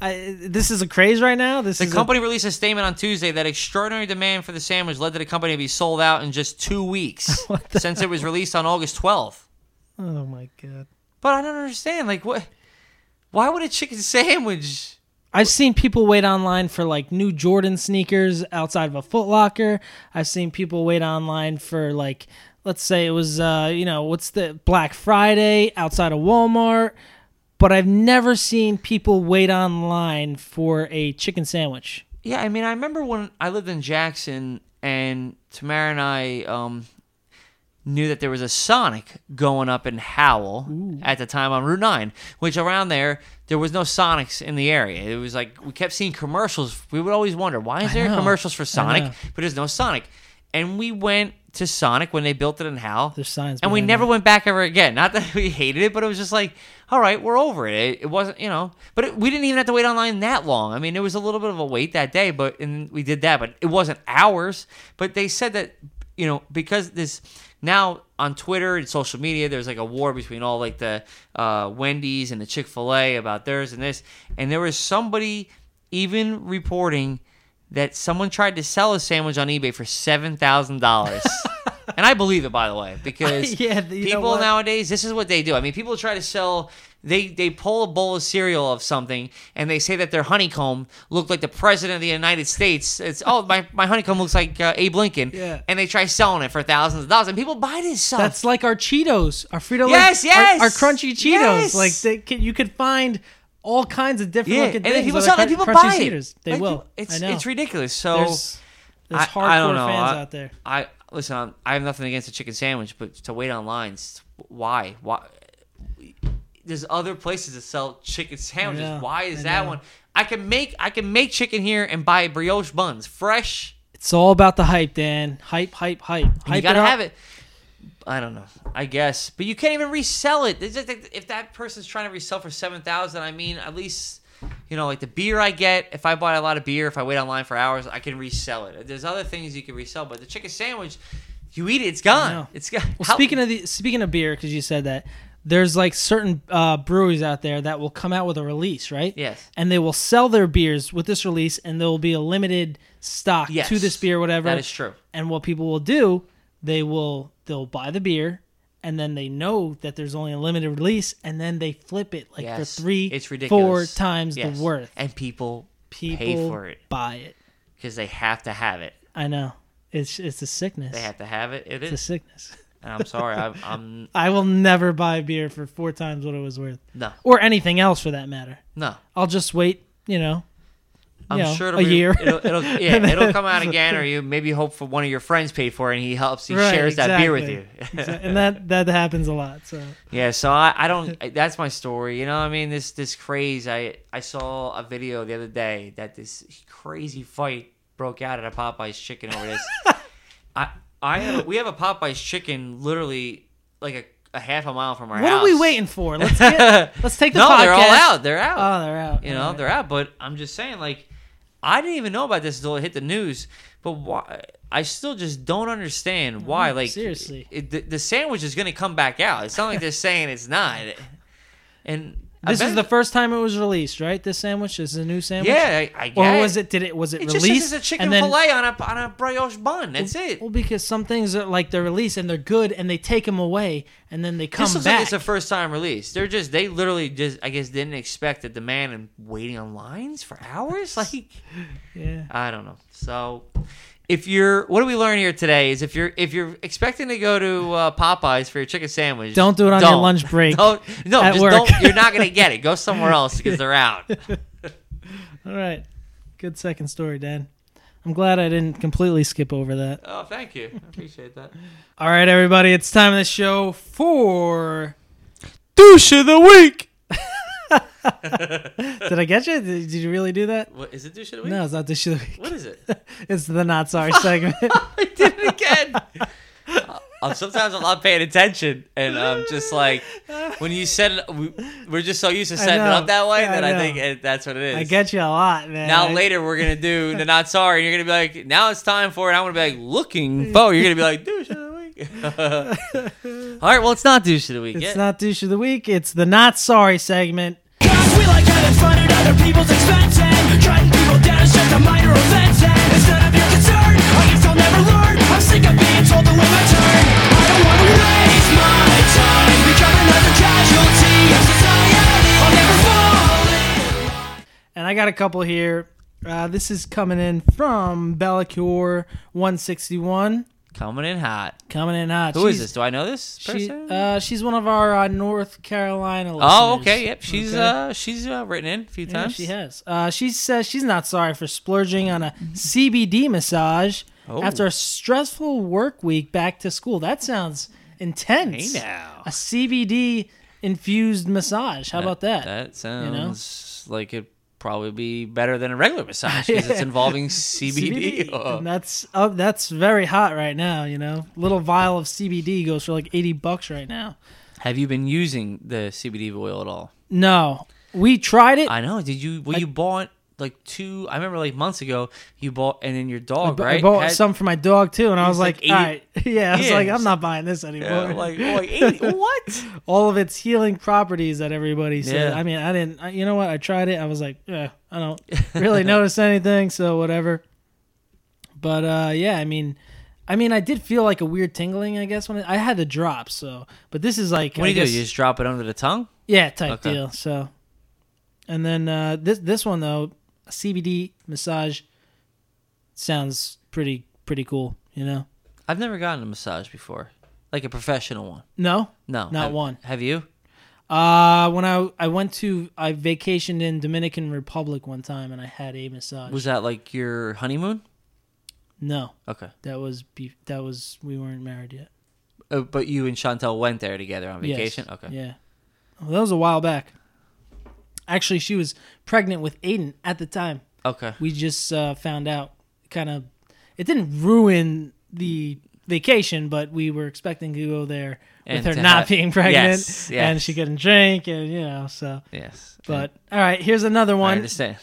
Speaker 2: I, this is a craze right now. This
Speaker 3: The
Speaker 2: is a-
Speaker 3: company released a statement on Tuesday that extraordinary demand for the sandwich led to the company to be sold out in just two weeks since it was released on August 12th.
Speaker 2: oh my god.
Speaker 3: But I don't understand. Like, what? Why would a chicken sandwich?
Speaker 2: I've seen people wait online for like new Jordan sneakers outside of a Foot Locker. I've seen people wait online for like, let's say it was, uh, you know, what's the Black Friday outside of Walmart. But I've never seen people wait online for a chicken sandwich.
Speaker 3: Yeah, I mean, I remember when I lived in Jackson and Tamara and I um, knew that there was a Sonic going up in Howell at the time on Route 9, which around there, there was no Sonics in the area. It was like we kept seeing commercials. We would always wonder, why is there
Speaker 2: know.
Speaker 3: commercials for Sonic,
Speaker 2: know.
Speaker 3: but there's no Sonic? And we went to Sonic when they built it in Howell.
Speaker 2: There's signs
Speaker 3: And we
Speaker 2: behind
Speaker 3: never
Speaker 2: it.
Speaker 3: went back ever again. Not that we hated it, but it was just like, all right, we're over it. It, it wasn't, you know, but it, we didn't even have to wait online that long. I mean, there was a little bit of a wait that day, but and we did that, but it wasn't hours. But they said that you know because this now on Twitter and social media, there's like a war between all like the uh, Wendy's and the Chick Fil A about theirs and this, and there was somebody even reporting that someone tried to sell a sandwich on eBay for seven thousand dollars. And I believe it, by the way, because
Speaker 2: Yeah, you know
Speaker 3: people
Speaker 2: what?
Speaker 3: nowadays, this is what they do. I mean, people try to sell. They they pull a bowl of cereal of something and they say that their honeycomb looked like the president of the United States. It's oh my, my honeycomb looks like uh, Abe Lincoln.
Speaker 2: Yeah.
Speaker 3: And they try selling it for thousands of dollars, and people buy this stuff.
Speaker 2: That's like our Cheetos, our Frito.
Speaker 3: Yes,
Speaker 2: Lay- our-
Speaker 3: yes.
Speaker 2: our, crunchy Cheetos.
Speaker 3: Yes.
Speaker 2: Like they can, you could find all kinds of different
Speaker 3: yeah.
Speaker 2: looking
Speaker 3: and
Speaker 2: things.
Speaker 3: then people
Speaker 2: other
Speaker 3: sell it, and
Speaker 2: cr-
Speaker 3: people
Speaker 2: crunchy
Speaker 3: buy it.
Speaker 2: Cheetos. They
Speaker 3: Like,
Speaker 2: will.
Speaker 3: It's
Speaker 2: I know.
Speaker 3: it's ridiculous. So
Speaker 2: There's, there's hardcore
Speaker 3: I, I don't know.
Speaker 2: fans
Speaker 3: I-
Speaker 2: out there.
Speaker 3: I listen. I'm, I have nothing against a chicken sandwich, but to wait on lines, why? Why? There's other places that sell chicken sandwiches.
Speaker 2: know,
Speaker 3: why is
Speaker 2: I
Speaker 3: that
Speaker 2: know.
Speaker 3: one? I can make I can make chicken here and buy brioche buns, fresh.
Speaker 2: It's all about the hype, Dan. Hype, hype, hype. hype
Speaker 3: you gotta
Speaker 2: up.
Speaker 3: have it. I don't know. I guess, but you can't even resell it. It's just like, if that person's trying to resell for seven thousand, I mean, at least you know, like the beer I get. If I buy a lot of beer, if I wait online for hours, I can resell it. There's other things you can resell, but the chicken sandwich, you eat it, it's gone.
Speaker 2: know.
Speaker 3: It's gone.
Speaker 2: Well, speaking of the speaking of beer, because you said that, there's like certain uh, breweries out there that will come out with a release, right?
Speaker 3: Yes.
Speaker 2: And they will sell their beers with this release, and there will be a limited stock
Speaker 3: Yes.
Speaker 2: to this beer, whatever.
Speaker 3: That is true.
Speaker 2: And what people will do, they will they'll buy the beer, and then they know that there's only a limited release, and then they flip it like
Speaker 3: Yes.
Speaker 2: for three,
Speaker 3: it's
Speaker 2: four
Speaker 3: ridiculous.
Speaker 2: times
Speaker 3: Yes.
Speaker 2: the worth.
Speaker 3: and people
Speaker 2: People
Speaker 3: pay for it
Speaker 2: buy it.
Speaker 3: because they have to have it.
Speaker 2: I know. It's it's a sickness.
Speaker 3: They have to have it. It
Speaker 2: it's a
Speaker 3: is.
Speaker 2: sickness.
Speaker 3: And I'm sorry. I'm, I'm
Speaker 2: I will never buy beer for four times what it was worth.
Speaker 3: no,
Speaker 2: or anything else for that matter.
Speaker 3: no.
Speaker 2: I'll just wait, you know.
Speaker 3: I'm
Speaker 2: you know,
Speaker 3: sure it'll
Speaker 2: a
Speaker 3: be-
Speaker 2: year.
Speaker 3: It'll, it'll, yeah, it'll come out again, or you maybe hope for one of your friends paid for it, and he helps. He
Speaker 2: Right,
Speaker 3: shares that beer with you.
Speaker 2: exactly. Exa- and that that happens a lot. So
Speaker 3: yeah, so I, I don't. I- That's my story. You know, what I mean, this this craze. I I saw a video the other day that this crazy fight broke out at a Popeyes chicken over this. I I have, we have a Popeyes chicken literally like a, a half a mile from our
Speaker 2: what
Speaker 3: house.
Speaker 2: are we waiting for? Let's get, let's take the
Speaker 3: no,
Speaker 2: podcast.
Speaker 3: they're all out. They're out.
Speaker 2: Oh, they're out.
Speaker 3: You know,
Speaker 2: Alright.
Speaker 3: they're out. But I'm just saying, like, I didn't even know about this until it hit the news. But why? I still just don't understand why. Like,
Speaker 2: Mm-hmm. seriously.
Speaker 3: it, the, the sandwich is going to come back out. It's not like they're saying it's not. And I
Speaker 2: This
Speaker 3: bet-
Speaker 2: is the first time it was released, right? This sandwich this is a new sandwich.
Speaker 3: yeah. I, I
Speaker 2: Or
Speaker 3: guess.
Speaker 2: was it? Did it? Was it,
Speaker 3: It
Speaker 2: released?
Speaker 3: just is a chicken
Speaker 2: and then,
Speaker 3: fillet on a on a brioche bun. That's it.
Speaker 2: Well, because some things are like they're released and they're good, and they take them away, and then they come
Speaker 3: This looks
Speaker 2: back.
Speaker 3: like it's a first time release. They're just they literally just I guess didn't expect the demand and waiting on lines for hours. Like
Speaker 2: yeah.
Speaker 3: I don't know. So, if you're, what do we learn here today? Is if you're if you're expecting to go to uh, Popeyes for your chicken sandwich,
Speaker 2: Don't do it on your lunch break
Speaker 3: Don't, no,
Speaker 2: at
Speaker 3: just
Speaker 2: work.
Speaker 3: don't. You're not gonna get it. Go somewhere else because they're out.
Speaker 2: All right. Good second story, Dan. I'm glad I didn't completely skip over that.
Speaker 3: Oh, thank you. I appreciate that.
Speaker 2: All right, everybody, it's time of the show for
Speaker 3: Douche of the week.
Speaker 2: Did I get you? Did, did you really do that?
Speaker 3: What is it? Douche of the week?
Speaker 2: No, it's not the show.
Speaker 3: What is it?
Speaker 2: It's the not sorry segment.
Speaker 3: I did it again. I'm sometimes I'm not paying attention, and I'm just like, when you set it, we, we're just so used to setting it
Speaker 2: know.
Speaker 3: up that way
Speaker 2: Yeah, I
Speaker 3: that I,
Speaker 2: know.
Speaker 3: think it, that's what it is.
Speaker 2: I get you a lot, man.
Speaker 3: Now
Speaker 2: I-
Speaker 3: later we're gonna do the not sorry. and You're gonna be like, now it's time for it. I'm gonna be like,
Speaker 2: Mm.
Speaker 3: looking forward. You're gonna be like, douche of the week. All right, well it's not douche of the week.
Speaker 2: It's
Speaker 3: yet.
Speaker 2: not douche of the week. It's the not sorry segment.
Speaker 6: Cause we like having fun at other people's expense and Driving people down is just a minor offense and It's none of your concern, I guess I'll never learn I'm sick of being told to wait my turn I don't wanna waste my time Become another casualty of society I'll never fall in
Speaker 2: And I got a couple here. Uh, this is coming in from Bellicure 161.
Speaker 3: coming in hot.
Speaker 2: Coming in hot.
Speaker 3: Who is
Speaker 2: She's-
Speaker 3: this? Do I know this person?
Speaker 2: She, uh, she's one of our uh, North Carolina listeners.
Speaker 3: oh, okay. Yep. She's
Speaker 2: Okay.
Speaker 3: uh she's uh, written in a few
Speaker 2: Yeah,
Speaker 3: times.
Speaker 2: she has. Uh, she says she's not sorry for splurging on a CBD massage
Speaker 3: Mm-hmm. Oh.
Speaker 2: after a stressful work week back to school. That sounds intense.
Speaker 3: Hey now.
Speaker 2: A CBD infused massage. How about that?
Speaker 3: That
Speaker 2: you know?
Speaker 3: sounds like it probably be better than a regular massage because it's involving CBD. Uh,
Speaker 2: And that's oh, that's very hot right now. You know, little vial of CBD goes for like eighty bucks right now.
Speaker 3: Have you been using the CBD oil at all?
Speaker 2: No, we tried it.
Speaker 3: I know. Did you? Were you bought like two. I remember like months ago you bought and then
Speaker 2: I
Speaker 3: your dog
Speaker 2: bu-
Speaker 3: right
Speaker 2: I bought
Speaker 3: had-
Speaker 2: some for my dog too, and I was like,
Speaker 3: like,
Speaker 2: all right, yeah, I was
Speaker 3: Yeah,
Speaker 2: like, I'm
Speaker 3: it's-
Speaker 2: not buying this anymore.
Speaker 3: Yeah, like like 80, what?
Speaker 2: all of its healing properties that everybody said.
Speaker 3: Yeah.
Speaker 2: I mean, I didn't. I, you know what? I tried it. I was like, yeah, I don't really notice anything, so whatever. But uh, yeah, I mean, I mean, I did feel like a weird tingling. I guess when it, I had the drop. So, but this is like,
Speaker 3: What
Speaker 2: I
Speaker 3: do you
Speaker 2: guess-
Speaker 3: do? You just drop it under the tongue?
Speaker 2: yeah, type
Speaker 3: Okay.
Speaker 2: deal. So, and then uh, this this one though, CBD massage sounds pretty pretty cool. You know?
Speaker 3: I've never gotten a massage before, like a professional one.
Speaker 2: No,
Speaker 3: No,
Speaker 2: Not
Speaker 3: Have-
Speaker 2: one.
Speaker 3: Have you?
Speaker 2: Uh, when I I went to I vacationed in Dominican Republic one time and I had a massage.
Speaker 3: Was that like your honeymoon?
Speaker 2: no,
Speaker 3: Okay,
Speaker 2: that was be- that was we weren't married yet.
Speaker 3: uh, but you and Chantel went there together on vacation.
Speaker 2: Yes.
Speaker 3: Okay,
Speaker 2: Yeah, well, that was a while back. Actually, she was pregnant with Aiden at the time.
Speaker 3: okay.
Speaker 2: We just uh, found out. Kind of, it didn't ruin the vacation, but we were expecting to go there with
Speaker 3: And
Speaker 2: her
Speaker 3: to
Speaker 2: not
Speaker 3: have-
Speaker 2: being pregnant,
Speaker 3: Yes,
Speaker 2: and
Speaker 3: yes.
Speaker 2: she couldn't drink, and you know so.
Speaker 3: Yes,
Speaker 2: But all right, here's another
Speaker 3: I
Speaker 2: one.
Speaker 3: understand.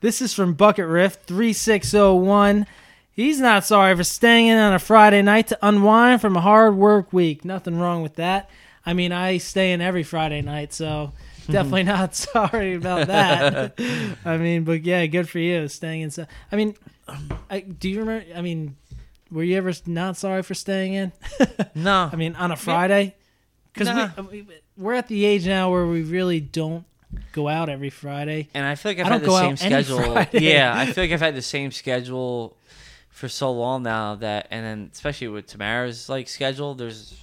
Speaker 2: This is from Bucket Rift 3601. He's not sorry for staying in on a Friday night to unwind from a hard work week. Nothing wrong with that. I mean, I stay in every Friday night, so definitely not sorry about that. I mean, but yeah, good for you staying inside. I mean, I, do you remember? I mean, were you ever not sorry for staying in?
Speaker 3: No,
Speaker 2: I mean, on a Friday? Because
Speaker 3: Nah.
Speaker 2: we, we're at the age now where we really don't go out every Friday.
Speaker 3: and I feel like I've
Speaker 2: I
Speaker 3: had
Speaker 2: don't go
Speaker 3: the
Speaker 2: out
Speaker 3: same
Speaker 2: any
Speaker 3: schedule.
Speaker 2: Friday.
Speaker 3: Yeah, I feel like I've had the same schedule for so long now that, and then especially with Tamara's like schedule, there's,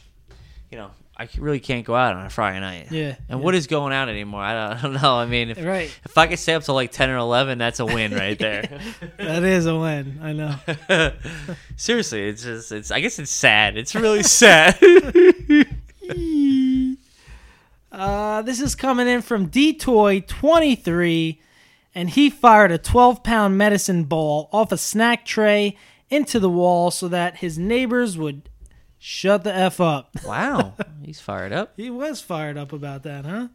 Speaker 3: you know, I c- really can't go out on a Friday night.
Speaker 2: Yeah,
Speaker 3: And
Speaker 2: yeah.
Speaker 3: what is going out anymore? I don't, I don't know. I mean, if,
Speaker 2: Right.
Speaker 3: if I could stay up till like ten or eleven, that's a win right there.
Speaker 2: That is a win. I know.
Speaker 3: Seriously, it's just it's. I guess it's sad. It's really sad.
Speaker 2: Uh, this is coming in from Detoy23, and he fired a 12 pound medicine ball off a snack tray into the wall so that his neighbors would shut the F up.
Speaker 3: wow, he's fired up.
Speaker 2: He was fired up about that, huh?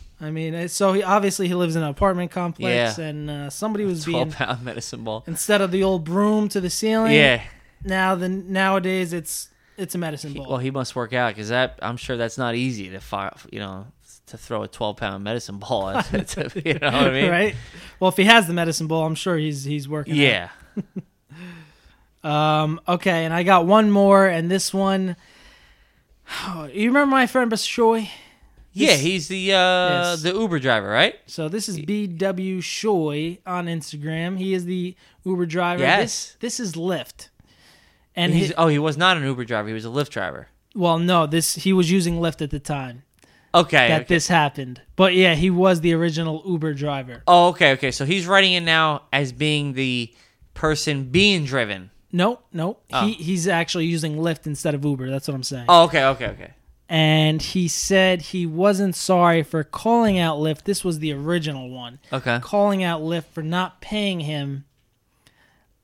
Speaker 2: I mean, uh, so he obviously he lives in an apartment complex,
Speaker 3: Yeah.
Speaker 2: and uh, somebody was being.
Speaker 3: Twelve pound medicine ball.
Speaker 2: Instead of the old broom to the ceiling,
Speaker 3: Yeah.
Speaker 2: Now the nowadays it's it's a medicine ball.
Speaker 3: Well, he must work out because that I'm sure that's not easy to fire. You know, to throw a 12 pound medicine ball. At, you know what I mean?
Speaker 2: right? Well, if he has the medicine ball, I'm sure he's he's working. out.
Speaker 3: Yeah.
Speaker 2: Um, okay, and I got one more, and this one. you remember my friend Bashoy?
Speaker 3: Yeah, he's the uh,
Speaker 2: Yes.
Speaker 3: the Uber driver, right?
Speaker 2: So this is BW Shoy on Instagram. He is the Uber driver.
Speaker 3: Yes.
Speaker 2: This, this is Lyft. And
Speaker 3: He's
Speaker 2: he,
Speaker 3: oh, he was not an Uber driver. He was a Lyft driver.
Speaker 2: well, no, this he was using Lyft at the time
Speaker 3: Okay.
Speaker 2: that
Speaker 3: okay.
Speaker 2: this happened. But yeah, he was the original Uber driver.
Speaker 3: oh, okay, okay. So he's writing it now as being the person being driven.
Speaker 2: No, no, he he's actually using Lyft instead of Uber. That's what I'm saying.
Speaker 3: Oh, okay, okay, okay.
Speaker 2: and he said he wasn't sorry for calling out Lyft. This was the original one.
Speaker 3: Okay.
Speaker 2: Uh. Calling out Lyft for not paying him.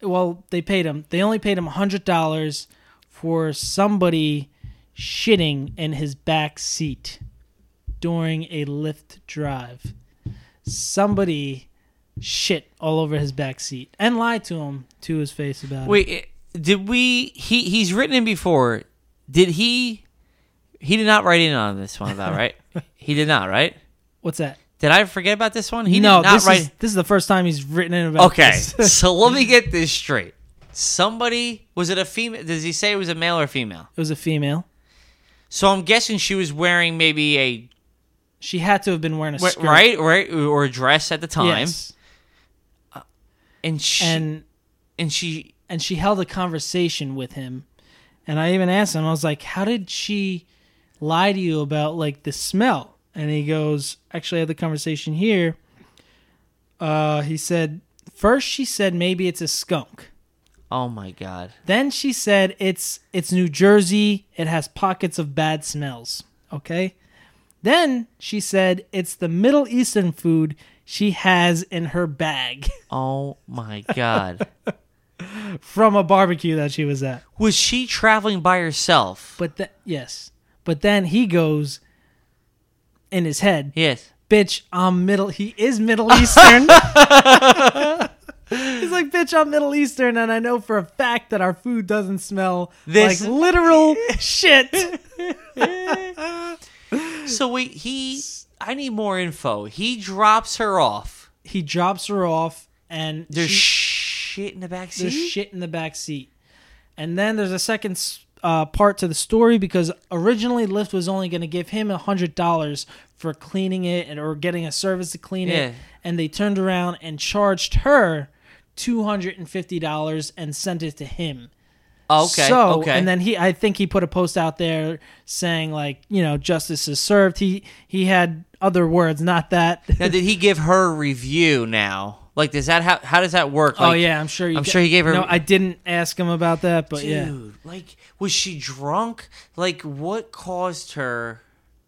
Speaker 2: Well, they paid him. They only paid him $100 for somebody shitting in his back seat during a Lyft drive. Somebody shit all over his back seat and lied to him to his face about it.
Speaker 3: Wait, eh, did we? He he's written in before. Did he? He did not write in on this one, though, right? he did not, right?
Speaker 2: What's that?
Speaker 3: Did I forget about this one? He
Speaker 2: no,
Speaker 3: did not
Speaker 2: this,
Speaker 3: write.
Speaker 2: is, this is the first time he's written in about
Speaker 3: Okay,
Speaker 2: this.
Speaker 3: so let me get this straight. Somebody was it a female? Does he say it was a male or female?
Speaker 2: It was a female.
Speaker 3: So I'm guessing she was wearing maybe a
Speaker 2: She had to have been wearing a
Speaker 3: wi-
Speaker 2: skirt,
Speaker 3: right, right, or a dress at the time,
Speaker 2: Yes.
Speaker 3: and she and,
Speaker 2: And
Speaker 3: she
Speaker 2: and she held a conversation with him, and I even asked him. I was like, "How did she lie to you about like the smell?" And he goes, "Actually, I had the conversation here." Uh, he said, first she said maybe it's a skunk.
Speaker 3: oh my god,
Speaker 2: Then she said it's it's New Jersey. It has pockets of bad smells. Okay. Then she said it's the Middle Eastern food she has in her bag.
Speaker 3: oh my god,
Speaker 2: from a barbecue that she was at.
Speaker 3: was she traveling by herself?
Speaker 2: But th- yes, but then he goes in his head.
Speaker 3: yes.
Speaker 2: bitch, I'm Middle. He is Middle Eastern. He's like, bitch, I'm Middle Eastern, and I know for a fact that our food doesn't smell
Speaker 3: This-
Speaker 2: like literal shit.
Speaker 3: So wait, he. I need more info. He drops her off.
Speaker 2: He drops her off, and
Speaker 3: There's
Speaker 2: she-
Speaker 3: shit in the back seat.
Speaker 2: there's shit in the back seat. And then there's a second s- uh, part to the story because originally Lyft was only going to give him a hundred dollars for cleaning it and, or getting a service to clean
Speaker 3: Yeah.
Speaker 2: it, and they turned around and charged her two hundred and fifty dollars and sent it to him.
Speaker 3: okay.
Speaker 2: So
Speaker 3: okay.
Speaker 2: and then he, I think he put a post out there saying like, you know, justice is served. He he had other words, not that.
Speaker 3: now, did he give her a review now? Like, does that how how does that work?
Speaker 2: oh
Speaker 3: Like,
Speaker 2: yeah, I'm sure. You
Speaker 3: I'm sure he gave her.
Speaker 2: No, I didn't ask him about that, but
Speaker 3: dude,
Speaker 2: yeah.
Speaker 3: like, was she drunk? Like, what caused her?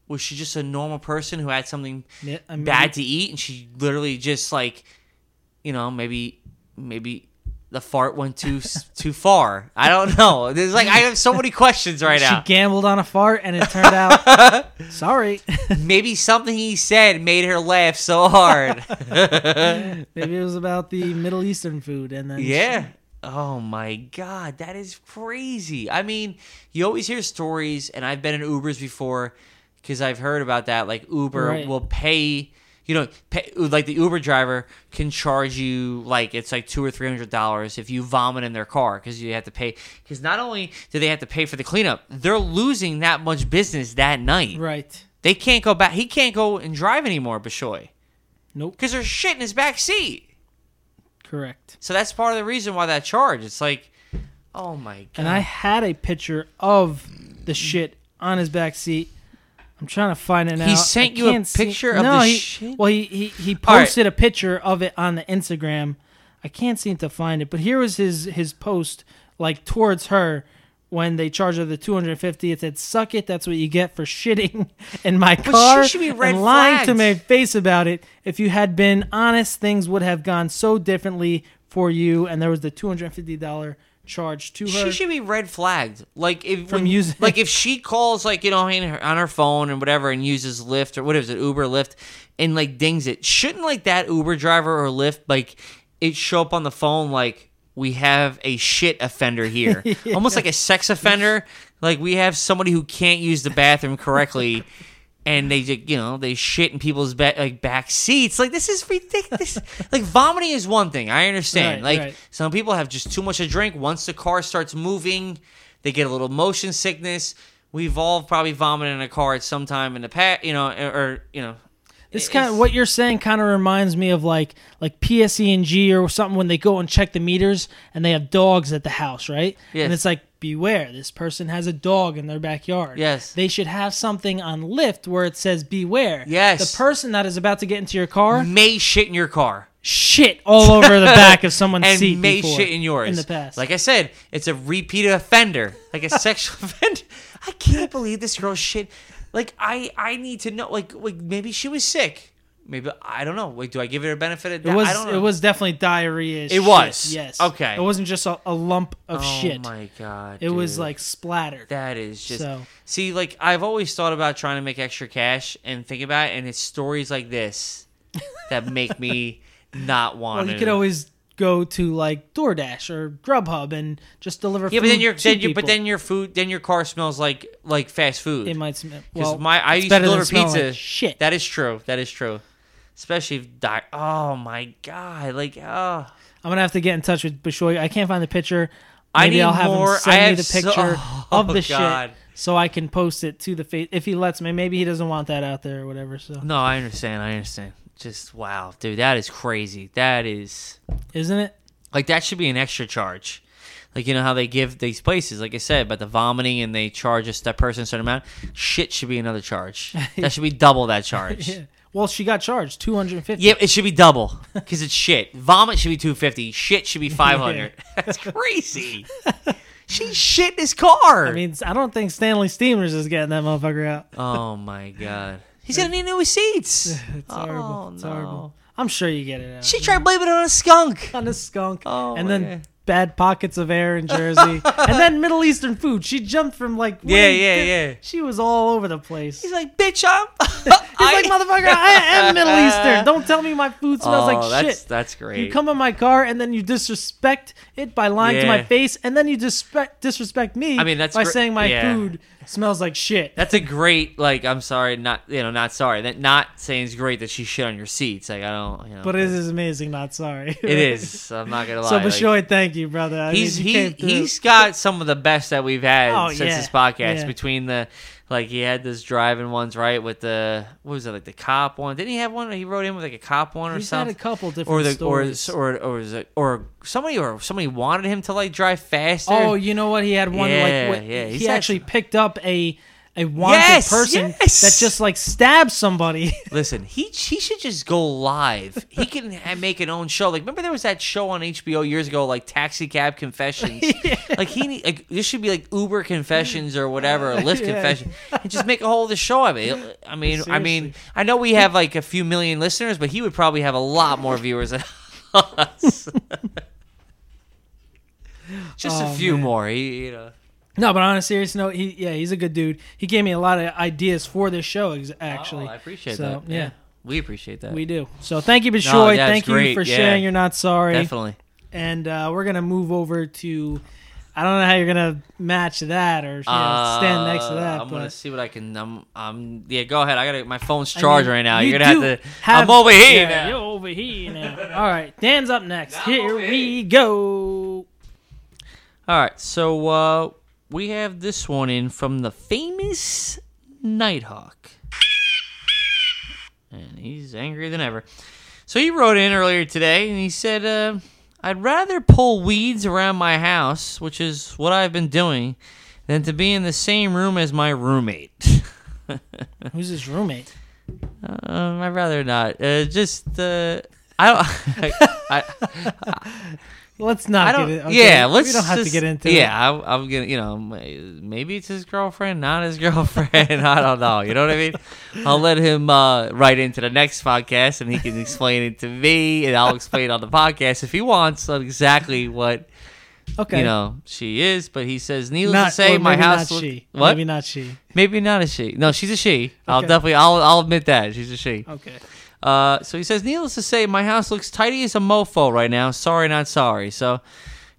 Speaker 3: Was she just a normal person who had something
Speaker 2: Yeah, I mean-
Speaker 3: bad to eat, and she literally just like, you know, maybe, maybe the fart went too s- too far. I don't know. There's like, I have so many questions right now.
Speaker 2: She gambled on a fart and it turned out sorry.
Speaker 3: maybe something he said made her laugh so hard.
Speaker 2: Maybe it was about the Middle Eastern food and then
Speaker 3: Yeah. Oh my god, that is crazy. I mean, you always hear stories, and I've been in Ubers before because I've heard about that. Like Uber
Speaker 2: Right.
Speaker 3: will pay, you know, pay, like the Uber driver can charge you like it's like two or three hundred dollars if you vomit in their car because you have to pay. Because not only do they have to pay for the cleanup, they're losing that much business that night.
Speaker 2: Right.
Speaker 3: They can't go back. He can't go and drive anymore, Bashoy.
Speaker 2: Nope.
Speaker 3: Because there's shit in his back seat.
Speaker 2: Correct.
Speaker 3: So that's part of the reason why that charge. It's like, oh my god.
Speaker 2: And I had a picture of the shit on his back seat. I'm trying to find it now. I
Speaker 3: sent you a
Speaker 2: can't see-
Speaker 3: picture of
Speaker 2: no,
Speaker 3: the
Speaker 2: he-
Speaker 3: shit?
Speaker 2: Well, he he, he
Speaker 3: All right.
Speaker 2: posted a picture of it on the Instagram. I can't seem to find it, but here was his his post like towards her when they charged her the 250. It said, "Suck it, that's what you get for shitting in my
Speaker 3: she
Speaker 2: car
Speaker 3: should be red
Speaker 2: and lying to
Speaker 3: flagged.
Speaker 2: my face about it. If you had been honest, things would have gone so differently for you." And there was the 250 dollar charge to her.
Speaker 3: she should be red flagged. Like if
Speaker 2: From
Speaker 3: when-
Speaker 2: using-
Speaker 3: like if she calls like you know in her, on her phone and whatever and uses Lyft or what is it Uber Lyft and like dings it. Shouldn't like that Uber driver or Lyft like it show up on the phone like we have a shit offender here, almost like a sex offender. Like we have somebody who can't use the bathroom correctly. And they just, you know, they shit in people's back, like back seats. Like this is ridiculous. like vomiting is one thing, I understand.
Speaker 2: Right,
Speaker 3: like
Speaker 2: right.
Speaker 3: some people have just too much to drink. Once the car starts moving, they get a little motion sickness. We've all probably vomited in a car at some time in the past, you know, or, or, you know.
Speaker 2: This kind of what you're saying kind of reminds me of like like PSE&G or something when they go and check the meters and they have dogs at the house, right?
Speaker 3: Yes.
Speaker 2: And it's like beware, this person has a dog in their backyard.
Speaker 3: Yes.
Speaker 2: They should have something on Lyft where it says beware.
Speaker 3: Yes. Mm-hmm.
Speaker 2: The person that is about to get into your car
Speaker 3: may shit in your car
Speaker 2: shit all over the back of someone's
Speaker 3: and
Speaker 2: seat
Speaker 3: may
Speaker 2: before,
Speaker 3: shit in yours.
Speaker 2: in the past.
Speaker 3: like I said, it's a repeat offender, like a sexual offender. I can't believe this girl shit. Like I, I need to know. Like, like maybe she was sick. Maybe I don't know. Like, do I give her a benefit of
Speaker 2: it
Speaker 3: doubt?
Speaker 2: was
Speaker 3: I don't know.
Speaker 2: it was definitely diarrhea. It
Speaker 3: was.
Speaker 2: yes
Speaker 3: Okay.
Speaker 2: It wasn't just a, a lump of
Speaker 3: Oh
Speaker 2: shit.
Speaker 3: my god!
Speaker 2: it was
Speaker 3: dude.
Speaker 2: like splattered.
Speaker 3: That is just
Speaker 2: So-
Speaker 3: see, like I've always thought about trying to make extra cash and think about it, and it's stories like this that make me not want.
Speaker 2: Well, you
Speaker 3: to.
Speaker 2: could always go to like DoorDash or Grubhub and just deliver.
Speaker 3: yeah,
Speaker 2: food
Speaker 3: but then your
Speaker 2: to
Speaker 3: then you, but
Speaker 2: people.
Speaker 3: then your food then your car smells like like fast food.
Speaker 2: it might smell.
Speaker 3: Because
Speaker 2: Well,
Speaker 3: my I
Speaker 2: it's
Speaker 3: used to
Speaker 2: better than
Speaker 3: deliver
Speaker 2: smelling
Speaker 3: pizza.
Speaker 2: like shit.
Speaker 3: That is true. That is true. Especially if di- oh my god, like oh
Speaker 2: I'm gonna have to get in touch with Bashoy. I can't find the picture.
Speaker 3: I
Speaker 2: Maybe
Speaker 3: need
Speaker 2: will have
Speaker 3: more-
Speaker 2: him send
Speaker 3: I
Speaker 2: me
Speaker 3: have
Speaker 2: the
Speaker 3: so-
Speaker 2: picture of
Speaker 3: Oh,
Speaker 2: the
Speaker 3: God.
Speaker 2: shit so I can post it to the face if he lets me. Maybe he doesn't want that out there or whatever. So
Speaker 3: no, I understand. I understand. Just wow, dude, that is crazy. That is
Speaker 2: isn't it?
Speaker 3: Like that should be an extra charge. Like you know how they give these places, like I said, about the vomiting and they charge us that person a certain amount. Shit should be another charge. That should be double that charge. yeah.
Speaker 2: Yeah. Well, she got charged 250.
Speaker 3: it should be double because it's shit. Vomit should be two fifty. Shit should be five hundred. That's crazy. she shit in his car.
Speaker 2: I mean, I don't think Stanley Steamers is getting that motherfucker out.
Speaker 3: oh my god. He's
Speaker 2: uh,
Speaker 3: gonna need new seats.
Speaker 2: It's horrible.
Speaker 3: Oh,
Speaker 2: It's
Speaker 3: no.
Speaker 2: horrible. I'm sure you get it out.
Speaker 3: She tried blaming it on a skunk.
Speaker 2: on a skunk.
Speaker 3: Oh,
Speaker 2: and then
Speaker 3: yeah.
Speaker 2: bad pockets of air in Jersey, and then Middle Eastern food. She jumped from like
Speaker 3: Yeah,
Speaker 2: way-
Speaker 3: yeah, yeah.
Speaker 2: She was all over the place.
Speaker 3: He's like, bitch, I'm. He's
Speaker 2: He's like, motherfucker, I am Middle Eastern. Don't tell me my food smells
Speaker 3: Oh,
Speaker 2: like
Speaker 3: that's-
Speaker 2: shit.
Speaker 3: that's
Speaker 2: You
Speaker 3: great.
Speaker 2: come in my car and then you disrespect it by lying to my
Speaker 3: Yeah.
Speaker 2: face, and then you disrespect disrespect me.
Speaker 3: I mean, that's
Speaker 2: by
Speaker 3: gr-
Speaker 2: saying my
Speaker 3: yeah.
Speaker 2: food smells like shit.
Speaker 3: That's a great like. I'm sorry, not you know, not sorry. That not saying is great that she shit on your seats. Like I don't. You know,
Speaker 2: but it is amazing. Not sorry.
Speaker 3: It is. I'm not gonna lie.
Speaker 2: So
Speaker 3: like,
Speaker 2: Bashoy, thank you, brother. I
Speaker 3: he's
Speaker 2: mean, you
Speaker 3: he
Speaker 2: came through.
Speaker 3: he's got some of the best that we've had
Speaker 2: Oh,
Speaker 3: since
Speaker 2: yeah,
Speaker 3: this podcast.
Speaker 2: yeah.
Speaker 3: Between the like he had those driving ones right with the what was it like the cop one? Didn't he have one? that He wrote in with like a cop one or
Speaker 2: He's had
Speaker 3: something.
Speaker 2: a couple different
Speaker 3: or the
Speaker 2: stories.
Speaker 3: or or or, was it, or somebody or somebody wanted him to like drive faster.
Speaker 2: Oh, you know what? He had one
Speaker 3: Yeah,
Speaker 2: like what,
Speaker 3: yeah, he's
Speaker 2: he
Speaker 3: had
Speaker 2: actually picked up a a wanted
Speaker 3: Yes,
Speaker 2: person
Speaker 3: yes.
Speaker 2: that just like stabbed somebody.
Speaker 3: Listen, he he should just go live. He can ha- make an own show. Like, remember there was that show on HBO years ago, like Taxi Cab Confessions. Like he need, like this should be like Uber Confessions or whatever, or Lyft
Speaker 2: Yeah.
Speaker 3: Confession, and just make a whole of the show of it. I mean, I mean,
Speaker 2: Seriously.
Speaker 3: I know we have like a few million listeners, but he would probably have a lot more viewers than us. just
Speaker 2: Oh,
Speaker 3: a few
Speaker 2: man.
Speaker 3: more, he, you know.
Speaker 2: No, but on a serious note, he yeah, he's a good dude. He gave me a lot of ideas for this show. Ex- actually,
Speaker 3: Oh, I appreciate
Speaker 2: So,
Speaker 3: that.
Speaker 2: Yeah,
Speaker 3: we appreciate that.
Speaker 2: we do. So thank you, Bishoy.
Speaker 3: No, that's
Speaker 2: thank you
Speaker 3: great,
Speaker 2: for
Speaker 3: yeah.
Speaker 2: sharing. You're not sorry.
Speaker 3: definitely.
Speaker 2: And uh, we're gonna move over to. I don't know how you're gonna match that or you know, stand next to
Speaker 3: Uh,
Speaker 2: that.
Speaker 3: I'm
Speaker 2: but
Speaker 3: gonna see what I can. I'm. I'm. Yeah, go ahead. I gotta. My phone's
Speaker 2: I
Speaker 3: charged
Speaker 2: mean,
Speaker 3: right now.
Speaker 2: you
Speaker 3: You're gonna have
Speaker 2: do
Speaker 3: to. I'm over here
Speaker 2: yeah,
Speaker 3: now.
Speaker 2: You're over here now. All right, Dan's up next. Here we go.
Speaker 3: All right. So uh, we have this one in from the famous Nighthawk, and he's angrier than ever. So he wrote in earlier today, and he said, uh, "I'd rather pull weeds around my house, which is what I've been doing, than to be in the same room as my roommate."
Speaker 2: Who's his roommate?
Speaker 3: Um, I'd rather not. Uh, just uh, I don't. I, I,
Speaker 2: Let's not
Speaker 3: I don't.
Speaker 2: get it. okay?
Speaker 3: Yeah, let's.
Speaker 2: We don't have to
Speaker 3: just-
Speaker 2: get into
Speaker 3: Yeah, I, I'm gonna. You know, m- maybe it's his girlfriend, not his girlfriend. I don't know. You know what I mean? I'll let him uh, write into the next podcast, and he can explain it to me, and I'll explain on the podcast if he wants on exactly what
Speaker 2: it. Okay.
Speaker 3: you know she is. But he says, needless
Speaker 2: not
Speaker 3: to say,
Speaker 2: or
Speaker 3: my
Speaker 2: maybe
Speaker 3: house.
Speaker 2: Not
Speaker 3: look-
Speaker 2: she.
Speaker 3: What?
Speaker 2: Maybe not she.
Speaker 3: Maybe not a she. No, she's a she. I'll
Speaker 2: Okay.
Speaker 3: definitely. I'll. I'll admit that she's a she.
Speaker 2: Okay.
Speaker 3: Uh, so he says, needless to say, my house looks tidy as a mofo right now. Sorry, not sorry. So,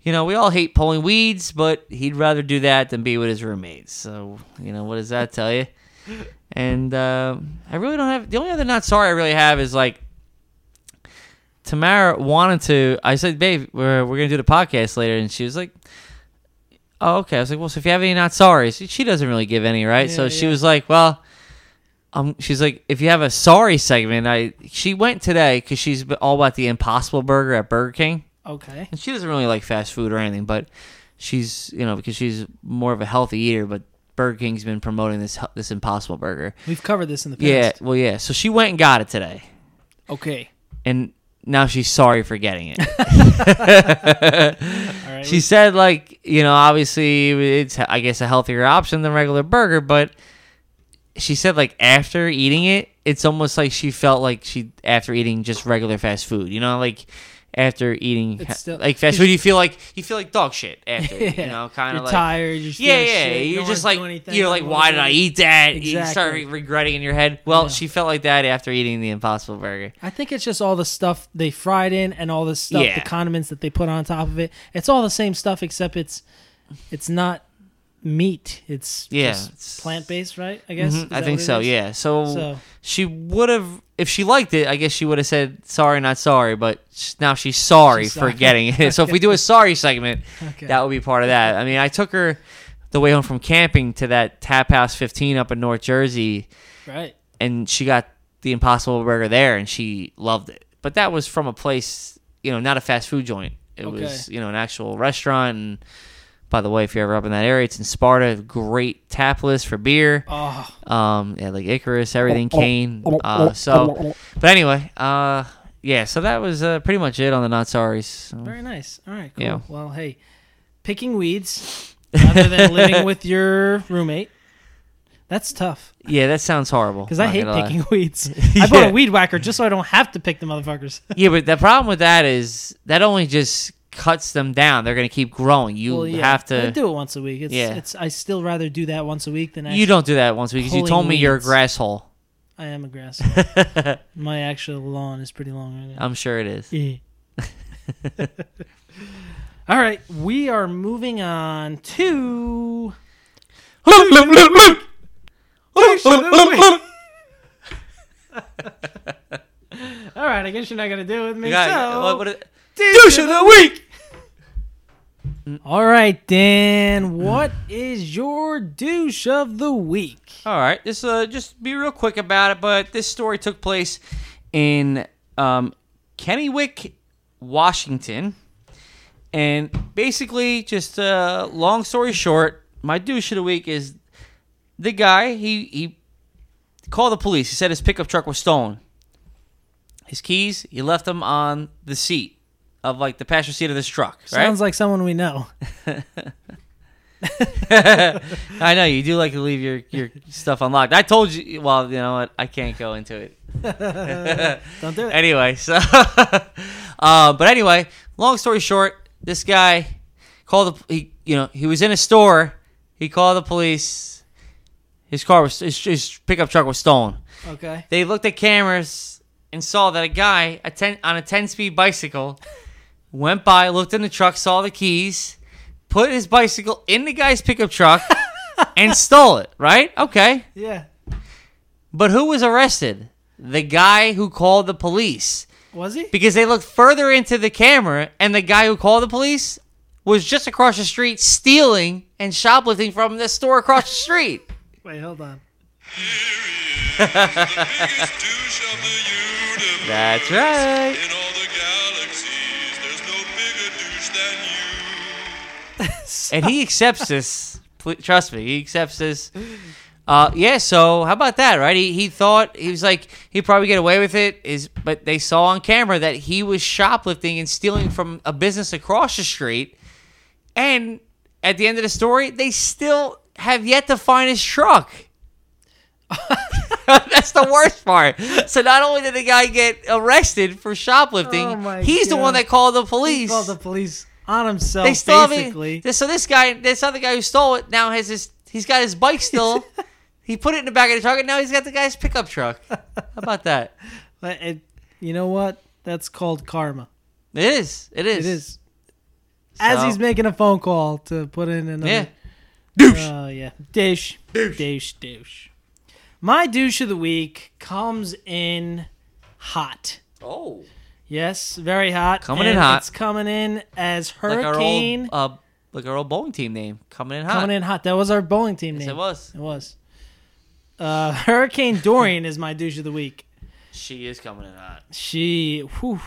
Speaker 3: you know, we all hate pulling weeds, but he'd rather do that than be with his roommates. So, you know, what does that tell you? And uh, I really don't have the only other not sorry I really have is like Tamara wanted to. I said, babe, we're, we're gonna do the podcast later, and she was like, oh okay. I was like, well, so if you have any not sorries, she doesn't really give any, right? so
Speaker 2: Yeah,
Speaker 3: she
Speaker 2: yeah.
Speaker 3: was like, well um, she's like, if you have a sorry segment, I she went today because she's b- all about the Impossible Burger at Burger King,
Speaker 2: Okay.
Speaker 3: and she doesn't really like fast food or anything, but she's you know because she's more of a healthy eater, but Burger King's been promoting this hel- this Impossible Burger.
Speaker 2: We've covered this in the past.
Speaker 3: Yeah, well, yeah. So she went and got it today,
Speaker 2: Okay.
Speaker 3: and now she's sorry for getting it.
Speaker 2: All right.
Speaker 3: she said like you know obviously it's i guess a healthier option than regular burger but she said like after eating it it's almost like she felt like she after eating just regular fast food you know like after eating
Speaker 2: It's still-
Speaker 3: like fast food you feel like you feel like dog shit after you
Speaker 2: Yeah.
Speaker 3: know kind
Speaker 2: You're
Speaker 3: of like
Speaker 2: tired. You're just
Speaker 3: yeah,
Speaker 2: feeling
Speaker 3: yeah.
Speaker 2: shit, you
Speaker 3: You're
Speaker 2: don't
Speaker 3: just
Speaker 2: wanna
Speaker 3: like
Speaker 2: do anything,
Speaker 3: you're like,
Speaker 2: you don't
Speaker 3: why
Speaker 2: wanna
Speaker 3: did
Speaker 2: do
Speaker 3: I
Speaker 2: anything.
Speaker 3: eat that? You start
Speaker 2: Exactly.
Speaker 3: re- regretting in your head. Well,
Speaker 2: Yeah.
Speaker 3: she felt like that after eating the Impossible Burger.
Speaker 2: I think it's just all the stuff they fried in and all the stuff,
Speaker 3: Yeah.
Speaker 2: the condiments that they put on top of it. It's all the same stuff except it's it's not meat. It's
Speaker 3: Yeah, it's-
Speaker 2: just plant based, right? I guess.
Speaker 3: Mhm,
Speaker 2: Is
Speaker 3: I
Speaker 2: that
Speaker 3: think
Speaker 2: what it
Speaker 3: so.
Speaker 2: is?
Speaker 3: Yeah. So,
Speaker 2: So-
Speaker 3: she would have, if she liked it, I guess she would have said sorry, not sorry. But sh- now she's sorry
Speaker 2: She's
Speaker 3: for
Speaker 2: sorry.
Speaker 3: getting it. so if we do a sorry segment,
Speaker 2: Okay.
Speaker 3: that would be part of that. I mean, I took her the way home from camping to that Tap House 15 up in North Jersey,
Speaker 2: Right.
Speaker 3: and she got the Impossible Burger there, and she loved it. But that was from a place, you know, not a fast food joint. It
Speaker 2: Okay.
Speaker 3: was, you know, an actual restaurant. And by the way, if you're ever up in that area, it's in Sparta. Great tap list for beer
Speaker 2: Oh,
Speaker 3: um yeah, like Icarus, everything, Kane. Uh, so, but anyway, uh, yeah. So that was uh, pretty much it on the not sorries. So.
Speaker 2: very nice. All right. Cool.
Speaker 3: Yeah.
Speaker 2: Well, hey, picking weeds rather than living with your roommate. That's tough
Speaker 3: Yeah, that sounds horrible.
Speaker 2: because I
Speaker 3: not
Speaker 2: hate
Speaker 3: gonna lie.
Speaker 2: picking weeds. I bought
Speaker 3: Yeah.
Speaker 2: a weed whacker just so I don't have to pick the motherfuckers.
Speaker 3: Yeah, but the problem with that is that only just cuts them down. They're going to keep growing. You
Speaker 2: Well, yeah,
Speaker 3: have
Speaker 2: I
Speaker 3: to.
Speaker 2: do it once a week. It's,
Speaker 3: Yeah.
Speaker 2: it's I still rather do that once a week than actually,
Speaker 3: You don't do that once a week 'cause you
Speaker 2: Pulling
Speaker 3: told me you're a
Speaker 2: weeds.
Speaker 3: grass hole.
Speaker 2: I am a grass. My actual lawn is pretty long right now.
Speaker 3: I'm sure it is.
Speaker 2: Yeah. All right, we are moving on to. All right, I guess you're not gonna do it with me.
Speaker 3: Yeah,
Speaker 2: so,
Speaker 3: what- what it-
Speaker 2: douche of the week. All right, Dan, what is your douche of the week?
Speaker 3: All right, this uh, just be real quick about it, but this story took place in um, Kennewick, Washington, and basically, just uh, long story short, my douche of the week is the guy. He he called the police. He said his pickup truck was stolen. His keys, he left them on the seat of like the passenger seat of this truck. Right?
Speaker 2: Sounds like someone we know.
Speaker 3: I know you do like to leave your your stuff unlocked. I told you. Well, you know what? I can't go into it.
Speaker 2: Don't do it.
Speaker 3: anyway, so, uh, but anyway, long story short, this guy called the he, you know, he was in a store. He called the police. His car was his, his pickup truck was stolen.
Speaker 2: Okay.
Speaker 3: They looked at cameras and saw that a guy a ten, on a ten speed bicycle went by, looked in the truck, saw the keys, put his bicycle in the guy's pickup truck, and stole it. Right? Okay.
Speaker 2: Yeah.
Speaker 3: But who was arrested? The guy who called the police
Speaker 2: Was he?
Speaker 3: because they looked further into the camera and the guy who called the police was just across the street stealing and shoplifting from the store across the street.
Speaker 2: Wait, hold on.
Speaker 7: biggest douche of the universe.
Speaker 3: That's right.
Speaker 7: In all the galaxies, there's no bigger douche than you.
Speaker 3: And he accepts this. Pl- Trust me, he accepts this. Uh, yeah, so how about that, right? He, he thought he was like he'd probably get away with it, is but they saw on camera that he was shoplifting and stealing from a business across the street. And at the end of the story, they still have yet to find his truck. That's the worst part. So not only did the guy get arrested for shoplifting,
Speaker 2: Oh my
Speaker 3: he's the
Speaker 2: God.
Speaker 3: one that called the police.
Speaker 2: Called the police on himself.
Speaker 3: They still
Speaker 2: Oh, basically.
Speaker 3: Have, it- so this guy, this other guy who stole it, now has his. He's got his bike still. he put it in the back of the truck, and now he's got the guy's pickup truck. How about that?
Speaker 2: But it, you know what? That's called karma.
Speaker 3: It is. It is.
Speaker 2: It is. As
Speaker 3: So-
Speaker 2: he's making a phone call to put in another.
Speaker 3: Yeah.
Speaker 2: Douche. Oh, yeah. Douche. Douche. Douche. Douche. My douche of the week comes in hot.
Speaker 3: Oh,
Speaker 2: Yes, very hot.
Speaker 3: Coming in
Speaker 2: and
Speaker 3: hot.
Speaker 2: It's coming in as
Speaker 3: like our
Speaker 2: Hurricane.
Speaker 3: old, uh, like our old bowling team name coming in hot.
Speaker 2: coming in hot. That was our bowling team
Speaker 3: Yes,
Speaker 2: name.
Speaker 3: it was.
Speaker 2: It was. Uh, Hurricane Dorian is my douche of the week.
Speaker 3: She is coming in hot.
Speaker 2: She, whew.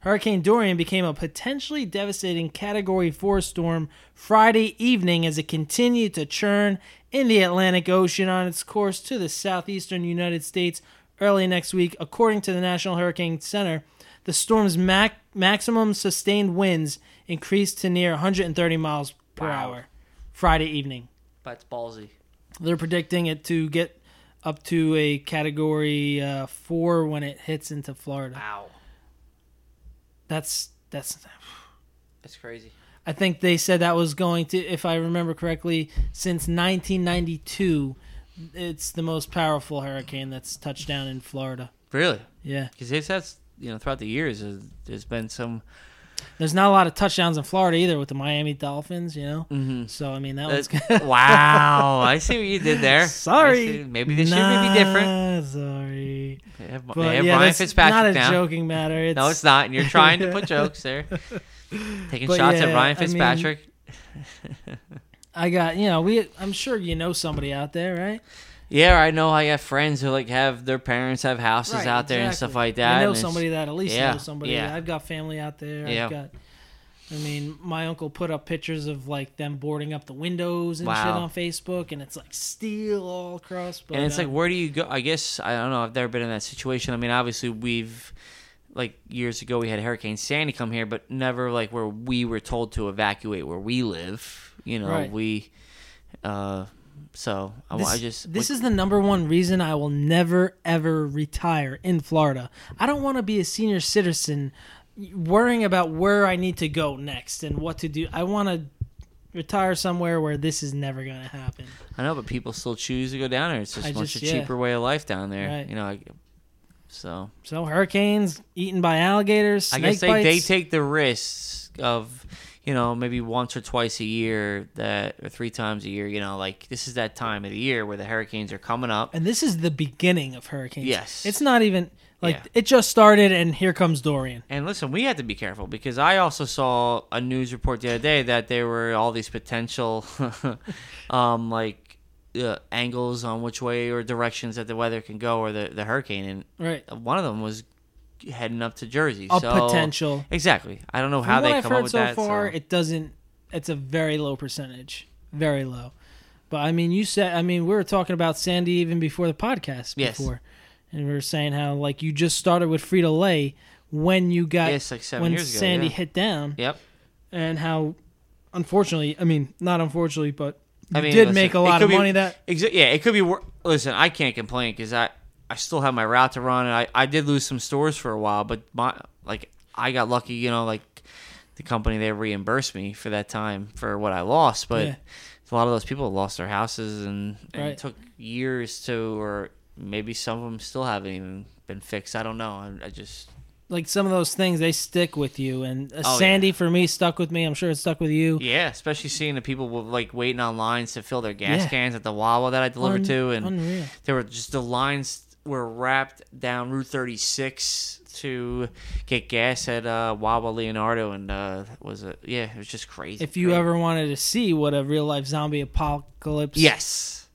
Speaker 2: Hurricane Dorian became a potentially devastating Category 4 storm Friday evening as it continued to churn in the Atlantic Ocean on its course to the southeastern United States early next week, according to the National Hurricane Center. The storm's mac- maximum sustained winds increased to near 130 miles per hour Friday evening.
Speaker 3: That's ballsy.
Speaker 2: They're predicting it to get up to a Category uh, 4 when it hits into Florida.
Speaker 3: Wow,
Speaker 2: That's that's.
Speaker 3: that's crazy.
Speaker 2: I think they said that was going to, if I remember correctly, since 1992, it's the most powerful hurricane that's touched down in Florida.
Speaker 3: Really?
Speaker 2: Yeah,
Speaker 3: Because it's that's you know throughout the years, there's, there's been some.
Speaker 2: there's not a lot of touchdowns in Florida either with the Miami Dolphins, you know. Mm-hmm. So I mean that was
Speaker 3: uh, wow, I see what you did there. I see.
Speaker 2: sorry.
Speaker 3: Maybe this year may be different.
Speaker 2: Nah, Sorry,
Speaker 3: They have, they
Speaker 2: but
Speaker 3: have
Speaker 2: yeah,
Speaker 3: Eh, Ryan
Speaker 2: that's
Speaker 3: Fitzpatrick
Speaker 2: not a
Speaker 3: now.
Speaker 2: joking matter. It's,
Speaker 3: No, it's not. And you're trying to put jokes there. Taking
Speaker 2: But
Speaker 3: shots at
Speaker 2: yeah,
Speaker 3: Ryan
Speaker 2: I mean-
Speaker 3: Fitzpatrick.
Speaker 2: I got you know we. I'm sure you know somebody out there, right?
Speaker 3: yeah, I know. I have friends who like have their parents have houses
Speaker 2: Right,
Speaker 3: out there and
Speaker 2: exactly.
Speaker 3: stuff like that.
Speaker 2: I know
Speaker 3: and it's-
Speaker 2: somebody that at least
Speaker 3: Yeah,
Speaker 2: knows somebody.
Speaker 3: yeah.
Speaker 2: I've got family out there.
Speaker 3: Yeah.
Speaker 2: I've got. I mean, my uncle put up pictures of like them boarding up the windows and shit
Speaker 3: Wow.
Speaker 2: on Facebook, and it's like steel all across. But
Speaker 3: And it's
Speaker 2: uh,
Speaker 3: like, where do you go? I guess I don't know. I've never been in that situation. I mean, obviously we've like years ago we had Hurricane Sandy come here, but never like where we were told to evacuate where we live. You know,
Speaker 2: Right.
Speaker 3: we. uh So I,
Speaker 2: this,
Speaker 3: I just
Speaker 2: this
Speaker 3: what-
Speaker 2: is the number one reason I will never ever retire in Florida. I don't want to be a senior citizen worrying about where I need to go next and what to do. I want to retire somewhere where this is never going to happen.
Speaker 3: I know, but people still choose to go down there. It's just
Speaker 2: I
Speaker 3: much
Speaker 2: just-
Speaker 3: a
Speaker 2: yeah.
Speaker 3: cheaper way of life down there.
Speaker 2: Right.
Speaker 3: You know, I, so
Speaker 2: So hurricanes, eaten by alligators,
Speaker 3: I
Speaker 2: snake
Speaker 3: guess they,
Speaker 2: bites.
Speaker 3: they take the risks of, you know, maybe once or twice a year that or three times a year. You know, like this is that time of the year where the hurricanes are coming up.
Speaker 2: and this is the beginning of hurricanes.
Speaker 3: Yes.
Speaker 2: It's not even like
Speaker 3: Yeah.
Speaker 2: it just started and here comes Dorian.
Speaker 3: And listen, we have to be careful because I also saw a news report the other day that there were all these potential, um, like uh, angles on which way or directions that the weather can go or the, the hurricane.
Speaker 2: Right.
Speaker 3: And one of them was heading up to Jersey.
Speaker 2: A
Speaker 3: so-
Speaker 2: potential.
Speaker 3: Exactly. I don't know how
Speaker 2: From
Speaker 3: they
Speaker 2: what I've
Speaker 3: come
Speaker 2: heard
Speaker 3: up with
Speaker 2: so
Speaker 3: that.
Speaker 2: far,
Speaker 3: so.
Speaker 2: it doesn't. It's a very low percentage, very low. But I mean, you said. I mean, we were talking about Sandy even before the podcast.
Speaker 3: Yes.
Speaker 2: Before, and we were saying how like you just started with Frida Lay when you got
Speaker 3: Yes, like seven
Speaker 2: when
Speaker 3: years ago,
Speaker 2: Sandy
Speaker 3: yeah.
Speaker 2: hit down,
Speaker 3: yep.
Speaker 2: and how unfortunately, I mean, not unfortunately, but you
Speaker 3: I mean,
Speaker 2: did
Speaker 3: listen,
Speaker 2: make a
Speaker 3: it
Speaker 2: lot
Speaker 3: could
Speaker 2: of
Speaker 3: be-
Speaker 2: money that
Speaker 3: exa- yeah, it could be. Wor- listen, I can't complain because I I still have my route to run, and I I did lose some stores for a while, but my like I got lucky, you know, like the company they reimbursed me for that time for what I lost, but
Speaker 2: Yeah.
Speaker 3: a lot of those people lost their houses, and, and
Speaker 2: Right.
Speaker 3: it took years to, or maybe some of them still haven't even been fixed. I don't know. I, I just
Speaker 2: like some of those things they stick with you. And uh,
Speaker 3: Oh,
Speaker 2: Sandy for me stuck with me. I'm sure it stuck with you.
Speaker 3: yeah, especially seeing the people with, like waiting on lines to fill their gas
Speaker 2: Yeah.
Speaker 3: cans at the Wawa that I delivered
Speaker 2: Un-
Speaker 3: to, and
Speaker 2: unreal.
Speaker 3: there were just the lines were wrapped down Route 36 to get gas at uh, Wawa Leonardo, and uh, was it? Yeah, it was just crazy.
Speaker 2: If you
Speaker 3: crazy.
Speaker 2: ever wanted to see what a real life zombie apocalypse
Speaker 3: yes,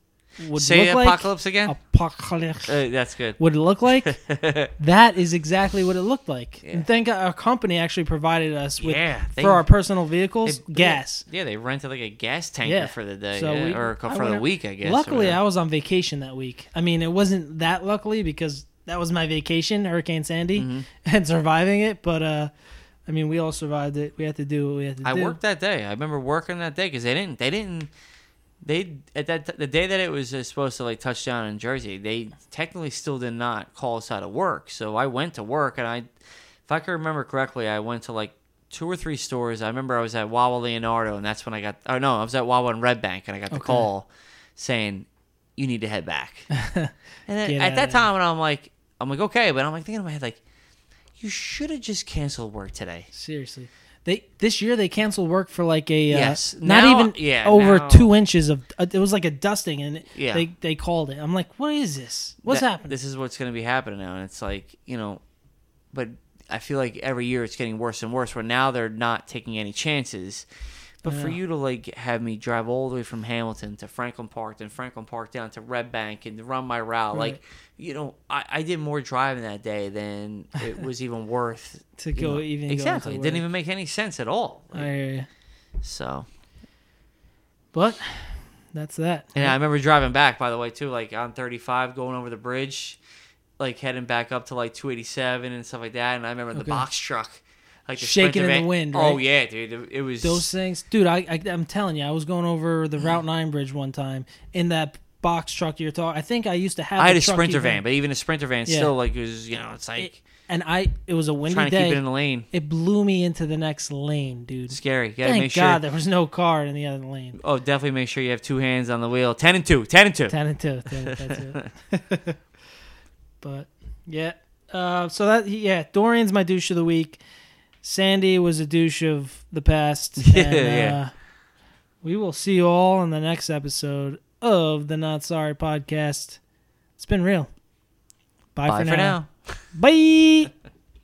Speaker 2: would
Speaker 3: say
Speaker 2: look like,
Speaker 3: apocalypse again.
Speaker 2: apocalypse
Speaker 3: uh, that's good.
Speaker 2: would it look like that is exactly what it looked like
Speaker 3: Yeah.
Speaker 2: and thank God our company actually provided us with
Speaker 3: Yeah, they-
Speaker 2: for our personal vehicles
Speaker 3: They-
Speaker 2: gas
Speaker 3: Yeah, they rented like a gas tanker
Speaker 2: yeah
Speaker 3: for the day
Speaker 2: So
Speaker 3: yeah,
Speaker 2: we-
Speaker 3: or co-
Speaker 2: I
Speaker 3: for the
Speaker 2: wonder-
Speaker 3: week, I guess. or
Speaker 2: luckily
Speaker 3: whatever.
Speaker 2: i was on vacation that week i mean it wasn't that luckily because that was my vacation hurricane sandy
Speaker 3: Mm-hmm.
Speaker 2: and surviving it but uh i mean we all survived it we had to do what we had to
Speaker 3: I
Speaker 2: do
Speaker 3: worked that day. I remember working that day because they didn't. They didn't. They at that t- the day that it was uh, supposed to like touch down in Jersey, they technically still did not call us out of work. So I went to work, and I, if I can remember correctly, I went to like two or three stores. I remember I was at Wawa Leonardo, and that's when I got. Oh no, I was at Wawa and Red Bank, and I got the call saying you need to head back. and then
Speaker 2: Get
Speaker 3: at
Speaker 2: outta
Speaker 3: that
Speaker 2: there.
Speaker 3: time, and I'm like, I'm like okay, but I'm like thinking in my head like, you should have just canceled work today.
Speaker 2: seriously they this year they canceled work for like a uh,
Speaker 3: Yes.
Speaker 2: not
Speaker 3: Now-
Speaker 2: even
Speaker 3: yeah,
Speaker 2: over
Speaker 3: now-
Speaker 2: two inches of uh, it was like a dusting and it-
Speaker 3: Yeah.
Speaker 2: they they called it. I'm like, what is this? What's
Speaker 3: that-
Speaker 2: happening?
Speaker 3: This is what's going to be happening now, and it's like you know, but I feel like every year it's getting worse and worse. Where now they're not taking any chances. But for you to like have me drive all the way from Hamilton to Franklin Park, then Franklin Park down to Red Bank, and to run my route,
Speaker 2: Right.
Speaker 3: like you know, I, I did more driving that day than it was even worth
Speaker 2: To
Speaker 3: you
Speaker 2: go
Speaker 3: know.
Speaker 2: even go
Speaker 3: exactly.
Speaker 2: into
Speaker 3: it didn't
Speaker 2: work.
Speaker 3: even make any sense at all.
Speaker 2: I hear ya.
Speaker 3: So
Speaker 2: But that's that.
Speaker 3: And I remember driving back, by the way, too, like on 35, going over the bridge, like heading back up to like 287 and stuff like that. And I remember the
Speaker 2: Okay.
Speaker 3: box truck, like the
Speaker 2: Shaking
Speaker 3: Sprinter
Speaker 2: in the
Speaker 3: van-
Speaker 2: wind,
Speaker 3: Oh
Speaker 2: right?
Speaker 3: yeah, dude, it was
Speaker 2: Those things, dude. I, I I'm telling you, I was going over
Speaker 3: Mm.
Speaker 2: the Route Nine bridge one time in that box truck you're talking. I think I used to have.
Speaker 3: I had
Speaker 2: the
Speaker 3: a
Speaker 2: truck
Speaker 3: sprinter
Speaker 2: even-
Speaker 3: van, but even a sprinter van
Speaker 2: Yeah.
Speaker 3: still like it was, you know, it's like
Speaker 2: and I it was a windy
Speaker 3: trying to
Speaker 2: day.
Speaker 3: keep it in the lane.
Speaker 2: It blew me into the next lane, dude.
Speaker 3: Scary. You gotta
Speaker 2: Thank
Speaker 3: make sure.
Speaker 2: God there was no car in the other lane.
Speaker 3: oh, definitely make sure you have two hands on the wheel. Ten and two. Ten and two.
Speaker 2: 10 and 2 10 that's it. but yeah uh, so that yeah dorian's my douche of the week sandy was a douche of the past
Speaker 3: Yeah,
Speaker 2: and,
Speaker 3: yeah.
Speaker 2: uh, we will see you all in the next episode of the not sorry podcast it's been real bye,
Speaker 3: Bye for now.
Speaker 2: bye